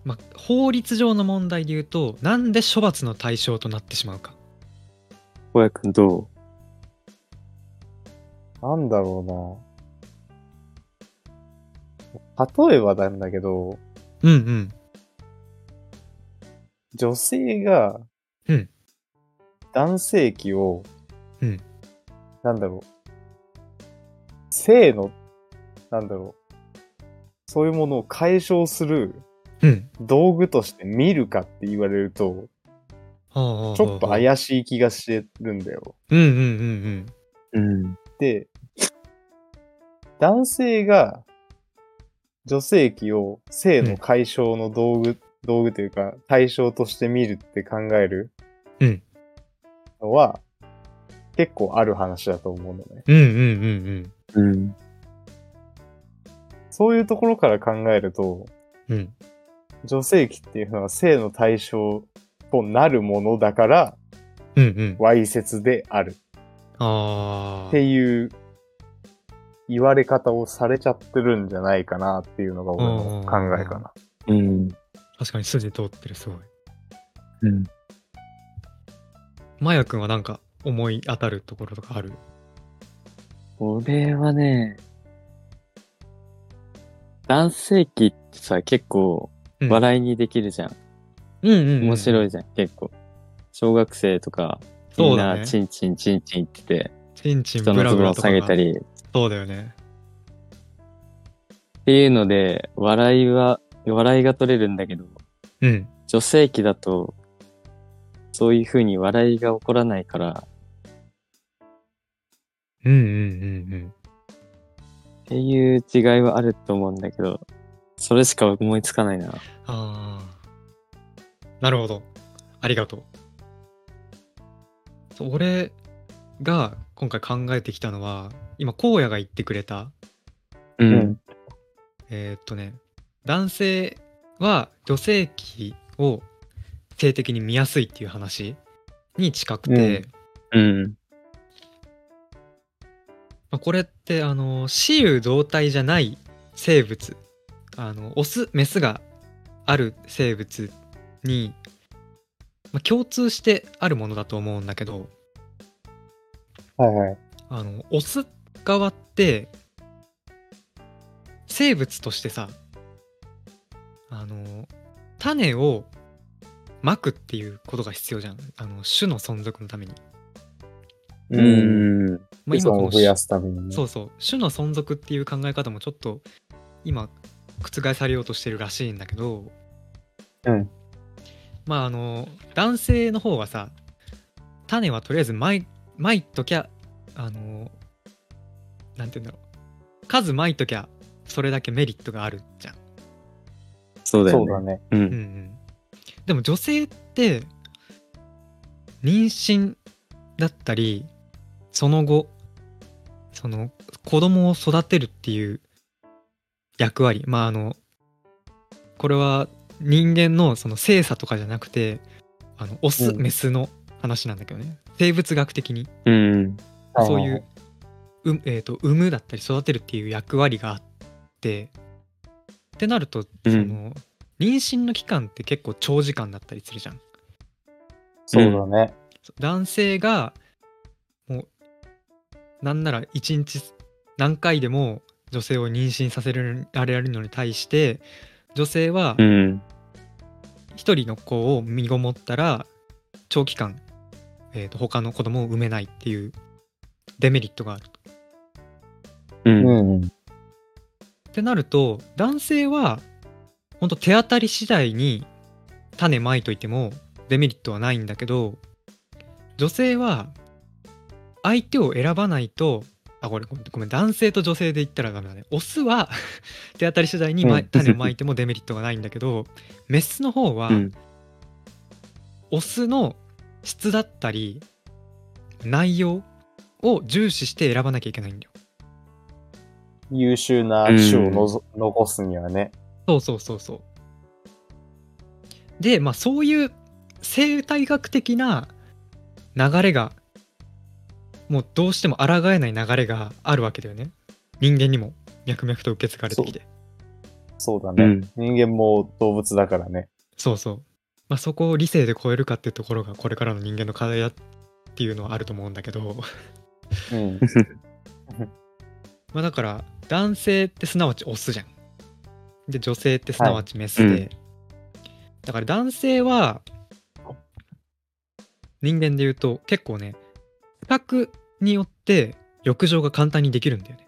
Speaker 1: まあ法律上の問題で言うとなんで処罰の対象となってしまうか。
Speaker 3: ー小谷くんど
Speaker 2: なんだろうな。例えばなんだけど、
Speaker 1: うんうん。
Speaker 2: 女性が
Speaker 1: うん、
Speaker 2: 男性器を、
Speaker 1: うん
Speaker 2: なんだろう、性の、なんだろう、そういうものを解消する
Speaker 1: うん。
Speaker 2: 道具として見るかって言われると、
Speaker 1: はあはあはあ
Speaker 2: ちょっと怪しい気がしてるんだよ。
Speaker 1: うんうんうん
Speaker 3: うん。
Speaker 2: で、男性が女性器を性の解消の道具、道具というか対象として見るって考える
Speaker 1: うん
Speaker 2: のは、結構ある話だと思うのね。
Speaker 1: うん。うんうんうん
Speaker 3: うん。
Speaker 2: そういうところから考えると、
Speaker 1: うん。うん。
Speaker 2: 女性器っていうのは性の対象となるものだから、
Speaker 1: うんうん。
Speaker 2: わいせつである
Speaker 1: あ
Speaker 2: っ
Speaker 1: あ
Speaker 2: て。いう言われ方をされちゃってるんじゃないかなっていうのが俺の考えかな。。
Speaker 3: うん。
Speaker 1: 確かに筋通ってる、すごい。
Speaker 3: うん。
Speaker 1: マヤ君はなんか思い当たるところとかある
Speaker 3: 俺はね、男性器ってさ、結構
Speaker 1: うん
Speaker 3: 笑いにできるじゃん。
Speaker 1: うんうん。
Speaker 3: 面白
Speaker 1: い。
Speaker 3: いじゃん、結構。小学生とか、み
Speaker 1: そ
Speaker 3: ん
Speaker 1: うだ
Speaker 3: な
Speaker 1: ね。
Speaker 3: チンチンチンチンってて、
Speaker 1: チンチン
Speaker 3: 人
Speaker 1: ブ
Speaker 3: の
Speaker 1: ラ
Speaker 3: ズ
Speaker 1: ブ
Speaker 3: ボ
Speaker 1: ラ
Speaker 3: ン
Speaker 1: と
Speaker 3: 下
Speaker 1: か
Speaker 3: げ
Speaker 1: が
Speaker 3: たりっ
Speaker 1: そうだよね。
Speaker 3: ていうので、笑いは、笑いが取れるんだけど、
Speaker 1: うん。
Speaker 3: 女性器だと、そういう風に笑いが起こらないから、
Speaker 1: うんうんうんうん。
Speaker 3: っていう違いはあると思うんだけど、それしか思いつかないな。
Speaker 1: ああ。なるほど。ありがとう。そう俺が今回考えてきたのは、今、荒野が言ってくれた、
Speaker 3: うん
Speaker 1: えーっとね、男性は女性器を性的に見やすいっていう話に近くて、
Speaker 2: うん
Speaker 3: うん。
Speaker 1: まあ、これってあの雌雄同体じゃない生物あのオスメスがある生物に、まあ、共通してあるものだと思うんだけど
Speaker 2: はいはい。
Speaker 1: あのオス側って生物としてさあの種をまくっていうことが必要じゃんあの種の存続のために、
Speaker 3: う。ん。
Speaker 1: まあ、
Speaker 2: 子孫
Speaker 1: こ
Speaker 2: を
Speaker 1: の
Speaker 2: 増やすためにね。
Speaker 1: そうそう種の存続っていう考え方もちょっと今覆されようとしてるらしいんだけど
Speaker 2: うん
Speaker 1: まああの男性の方はさ種はとりあえずまいまいときゃあのなんて言うんだろう数まいときゃそれだけメリットがあるじゃん。
Speaker 3: そうだ
Speaker 2: そ
Speaker 3: よ
Speaker 2: うだ
Speaker 3: ね。
Speaker 2: ね。
Speaker 3: う。
Speaker 1: うんうんん、でも女性って妊娠だったりその後その子供を育てるっていう役割まああのこれは人間のその性差とかじゃなくてあのオス、
Speaker 2: うん
Speaker 1: メスの話なんだけどね生物学的に
Speaker 3: うん。
Speaker 1: そういうう、えー、と産むだったり育てるっていう役割があってってなると、
Speaker 3: うん
Speaker 1: その妊娠の期間って結構長時間だったりするじゃん。
Speaker 2: そうだね。
Speaker 1: 男性がもうなんなら1日何回でも女性を妊娠させられるのに対して女性は
Speaker 3: うん。
Speaker 1: 一人の子を身ごもったら長期間、えー、と他の子供を産めないっていうデメリットがある。
Speaker 3: う。
Speaker 2: うんんうん。
Speaker 1: ってなると男性は本当手当たり次第に種まいといてもデメリットはないんだけど女性は相手を選ばないとあこれごめんごめん男性と女性で言ったらダメだねオスは [LAUGHS] 手当たり次第にまい
Speaker 2: うん
Speaker 1: 種をまいてもデ [LAUGHS] メリットがないんだけどメスの方は
Speaker 3: うん。
Speaker 1: オスの質だったり内容を重視して選ばなきゃいけないんだよ。
Speaker 2: 優秀な種をのぞ、残すにはね。
Speaker 1: そうそうそうそう。で、まあそういう生態学的な流れが、もうどうしても抗えない流れがあるわけだよね。人間にも脈々と受け継がれてきて。
Speaker 2: そうだ
Speaker 3: う
Speaker 2: ね。
Speaker 3: ん。
Speaker 2: 人間も動物だからね。
Speaker 1: そうそう。まあそこを理性で超えるかっていうところが
Speaker 2: [LAUGHS]
Speaker 1: これからの人間の課題だっていうのはあると思うんだけど、
Speaker 2: うん。
Speaker 1: まあだから男性ってすなわちオスじゃん。で女性ってすなわちメスで、
Speaker 3: はいうん
Speaker 1: だから男性は人間で言うと結構ね比較によって浴場が簡単にできるんだよね。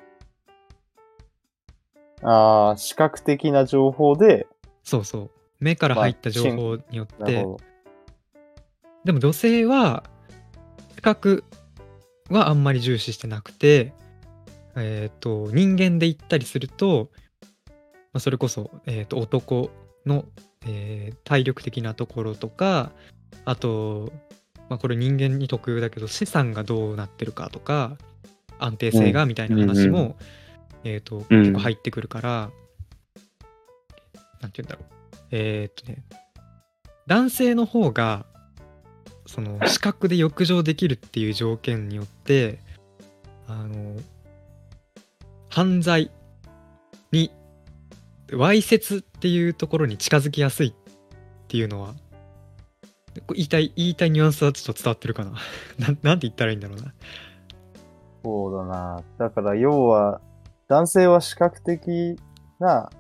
Speaker 2: ああ、視覚的な情報で、
Speaker 1: そうそう目から入った情報によっ
Speaker 2: なる
Speaker 1: て
Speaker 2: ほど。
Speaker 1: でも女性は比較はあんまり重視してなくて、えっと人間で言ったりすると、まあ、それこそ、えー、と男の、えー体力的なところとかあと、まあ、これ人間に特有だけど資産がどうなってるかとか安定性がみたいな話も、
Speaker 3: うん
Speaker 1: えっと
Speaker 3: うん
Speaker 1: 結構入ってくるから、なんて言うんだろうえーっとね男性の方がそ
Speaker 3: [LAUGHS]
Speaker 1: の視覚で浴場できるっていう条件によってあの犯罪にわいせつっていうところに近づきやすいっていうのはこれ言いたい言いたいニュアンスはちょっと伝わってるかな [LAUGHS] なんなんて言ったらいいんだろうな
Speaker 2: そうだな。だから要は、男性は視覚的な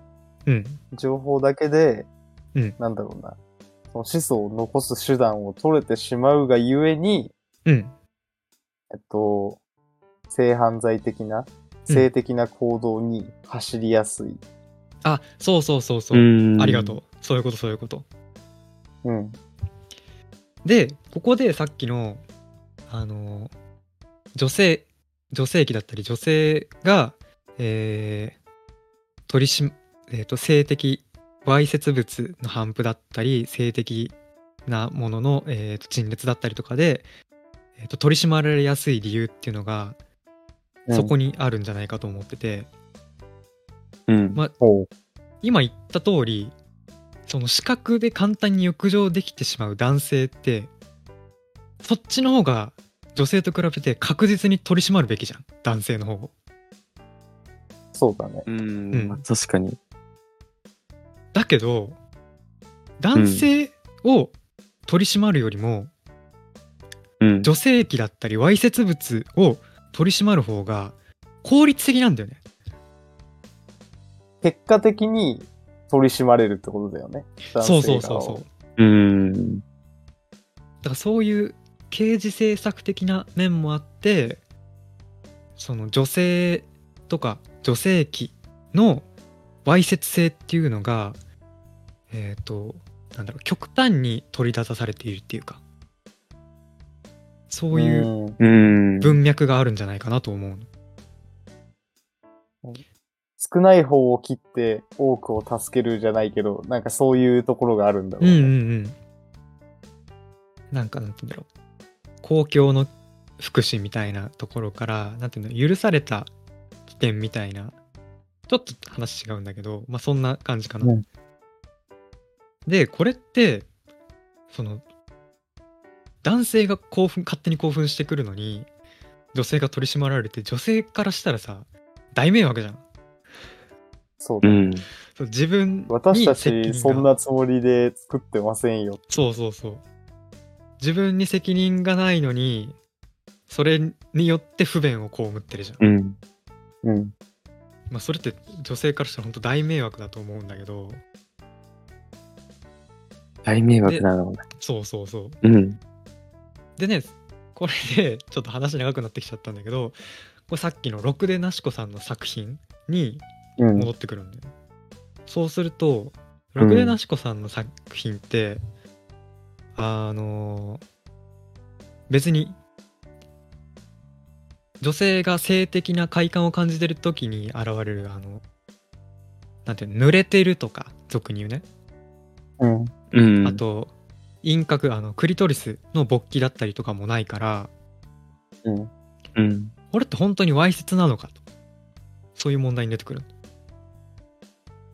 Speaker 1: うん
Speaker 2: 情報だけで、
Speaker 1: うん
Speaker 2: なんだろうな。その子孫を残す手段を取れてしまうがゆえに、
Speaker 1: うん
Speaker 2: えっと、性犯罪的な、性的な行動に走りやすい。
Speaker 1: あそうそうそうそう、ありがとうそういうことそういうこと
Speaker 2: うん。
Speaker 1: でここでさっきのあの女性女性器だったり女性が、えー取りしん、えー、と性的わいせつ物の反布だったり性的なものの、えーと陳列だったりとかで、えーと取り締まられやすい理由っていうのがそこ
Speaker 2: に。
Speaker 1: にあるんじゃないかと思ってて、
Speaker 3: う。うん。
Speaker 1: ま
Speaker 2: ほう。
Speaker 1: 今言った通りその視覚で簡単に浴場できてしまう男性ってそっちの方が女性と比べて確実に取り締まるべきじゃん男性の方を
Speaker 2: そうだね。
Speaker 3: うん
Speaker 1: うん
Speaker 3: まあ確かに。
Speaker 1: だけど男性を取り締まるよりも、
Speaker 3: うん。
Speaker 1: 女性器だったりわいせつ物を取り締まる方が効率的なんだよね
Speaker 2: 結果的に取り締まれるってことだよね。
Speaker 1: そうそうそうそう
Speaker 2: う。
Speaker 3: うん。
Speaker 1: だからそういう刑事政策的な面もあってその女性とか女性器のわいせつ性っていうのがえっ、となんだろう極端に取り出さされているっていうかそういう
Speaker 2: うん
Speaker 3: うん。
Speaker 1: 文脈があるんじゃないかなと思うの
Speaker 2: 少ない方を切って多くを助けるじゃないけど、なんかそういうところがあるんだろう
Speaker 1: うんうんう
Speaker 2: ね。
Speaker 1: んなんかなんて言うんだろう公共の福祉みたいなところからなんていうの許された危険みたいなちょっと話違うんだけどまあそんな感じかな、
Speaker 2: うん
Speaker 1: でこれってその男性が興奮勝手に興奮してくるのに女性が取り締まられて女性からしたらさ大迷惑じゃん
Speaker 2: そう
Speaker 3: う
Speaker 2: だね。
Speaker 3: ん。
Speaker 1: そう自分に
Speaker 2: 私た
Speaker 1: 責任
Speaker 2: ち
Speaker 1: が
Speaker 2: そんなつもりで作ってませんよ。
Speaker 1: そうそうそう。自分に責任がないのに、それによって不便を被ってるじゃん。
Speaker 3: うん。
Speaker 2: うん。
Speaker 1: まあそれって女性からしたら本当大迷惑だと思うんだけど、
Speaker 3: 大迷惑だろうな。
Speaker 1: そうそうそう。
Speaker 3: うん。
Speaker 1: でね、これでちょっと話長くなってきちゃったんだけど、これさっきのろくでなしこさんの作品に
Speaker 2: うん。
Speaker 1: 戻ってくるんだよ。そうすると、ろくでなしこさんの作品って、あのー別に、女性が性的な快感を感じてる時に現れる、あの、なんていうの濡れてるとか、俗に言うね。
Speaker 2: うん。
Speaker 3: うん。
Speaker 1: あ、と、輪郭、あの、クリトリスの勃起だったりとかもないから、
Speaker 2: うん。
Speaker 3: うん。
Speaker 1: これって本当にわいせつなのかと。そういう問題に出てくる。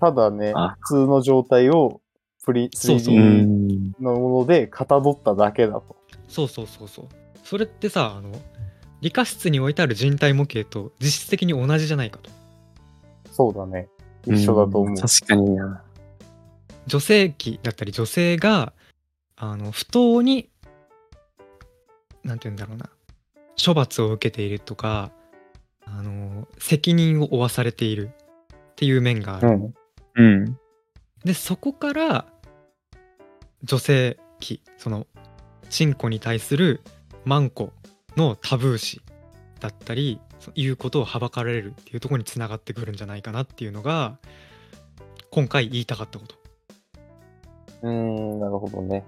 Speaker 2: ただね
Speaker 3: あ、
Speaker 2: 普通の状態をプリ
Speaker 1: そうそう
Speaker 3: う
Speaker 2: 3D
Speaker 3: ん。
Speaker 2: のものでかたどっただけだと。
Speaker 1: そうそうそうそうそれってさあの理科室に置いてある人体模型と実質的に同じじゃないかと
Speaker 2: そうだね。一緒だと思
Speaker 3: ん
Speaker 2: う。
Speaker 3: 確かにな。
Speaker 1: 女性器だったり女性があの不当になんて言うんだろうな処罰を受けているとかああの責任を負わされているっていう面がある、
Speaker 2: ん。
Speaker 3: うん。
Speaker 1: でそこから女性器そのチンコに対するマンコのタブー視だったりそういうことをはばかられるっていうところにつながってくるんじゃないかなっていうのが今回言いたかったこと
Speaker 2: うーん、なるほどね。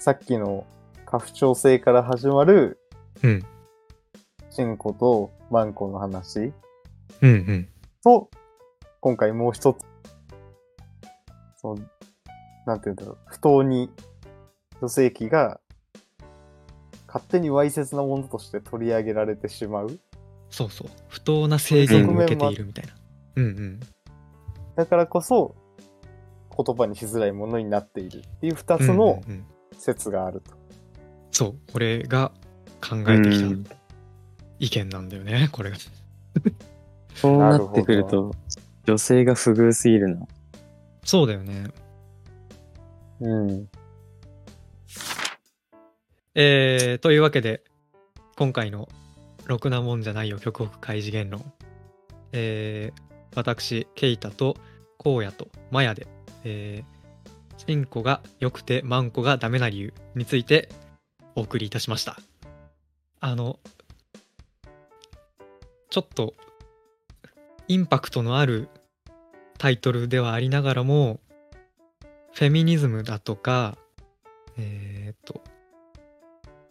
Speaker 2: さっきの過不調性から始まる、
Speaker 1: うん
Speaker 2: チンコとマンコの話
Speaker 1: うんうん
Speaker 2: と、今回もう一つ、その、なんて言うんだろう、不当に女性器が勝手にわいせつなものとして取り上げられてしまう。
Speaker 1: そうそう不当な制限を受けているみたいなうんうん
Speaker 2: だからこそ、言葉にしづらいものになっているっていう二つの
Speaker 1: うんうんうん
Speaker 2: 説があると。
Speaker 1: そう俺が考えてきた
Speaker 3: うん
Speaker 1: 意見なんだよねこれが
Speaker 3: そうなってくると、女性が不遇すぎるな。
Speaker 1: そうだよね
Speaker 2: うん。
Speaker 1: えー、というわけで今回の「ろくなもんじゃないよ極北開示言論」えー、私ケイタとコウヤとマヤで、えー、チンコが良くてマンコがダメな理由についてお送りいたしましたあのちょっとインパクトのあるタイトルではありながらもフェミニズムだとかえーっと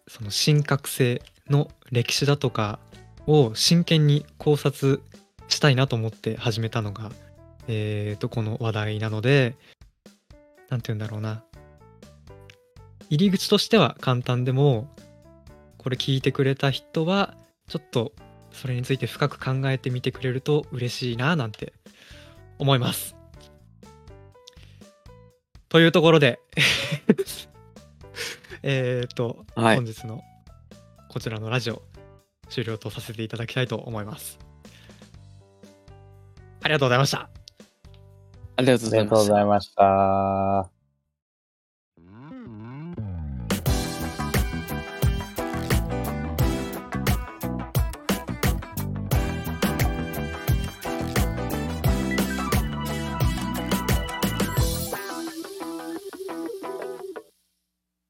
Speaker 1: その神格性の歴史だとかを真剣に考察したいなと思って始めたのが、えー、とこの話題なので何て言うんだろうな入り口としては簡単でもこれ聞いてくれた人はちょっとそれについて深く考えてみてくれると嬉しいななんて思います。というところで [LAUGHS] えっと、
Speaker 3: はい
Speaker 1: 本日のこちらのラジオ終了とさせていただきたいと思います。ありがとうございました。
Speaker 3: ありがとう
Speaker 2: あ
Speaker 3: ご
Speaker 2: りがと
Speaker 3: ざい
Speaker 2: う
Speaker 3: ま
Speaker 2: ご
Speaker 3: した。
Speaker 2: ざいました。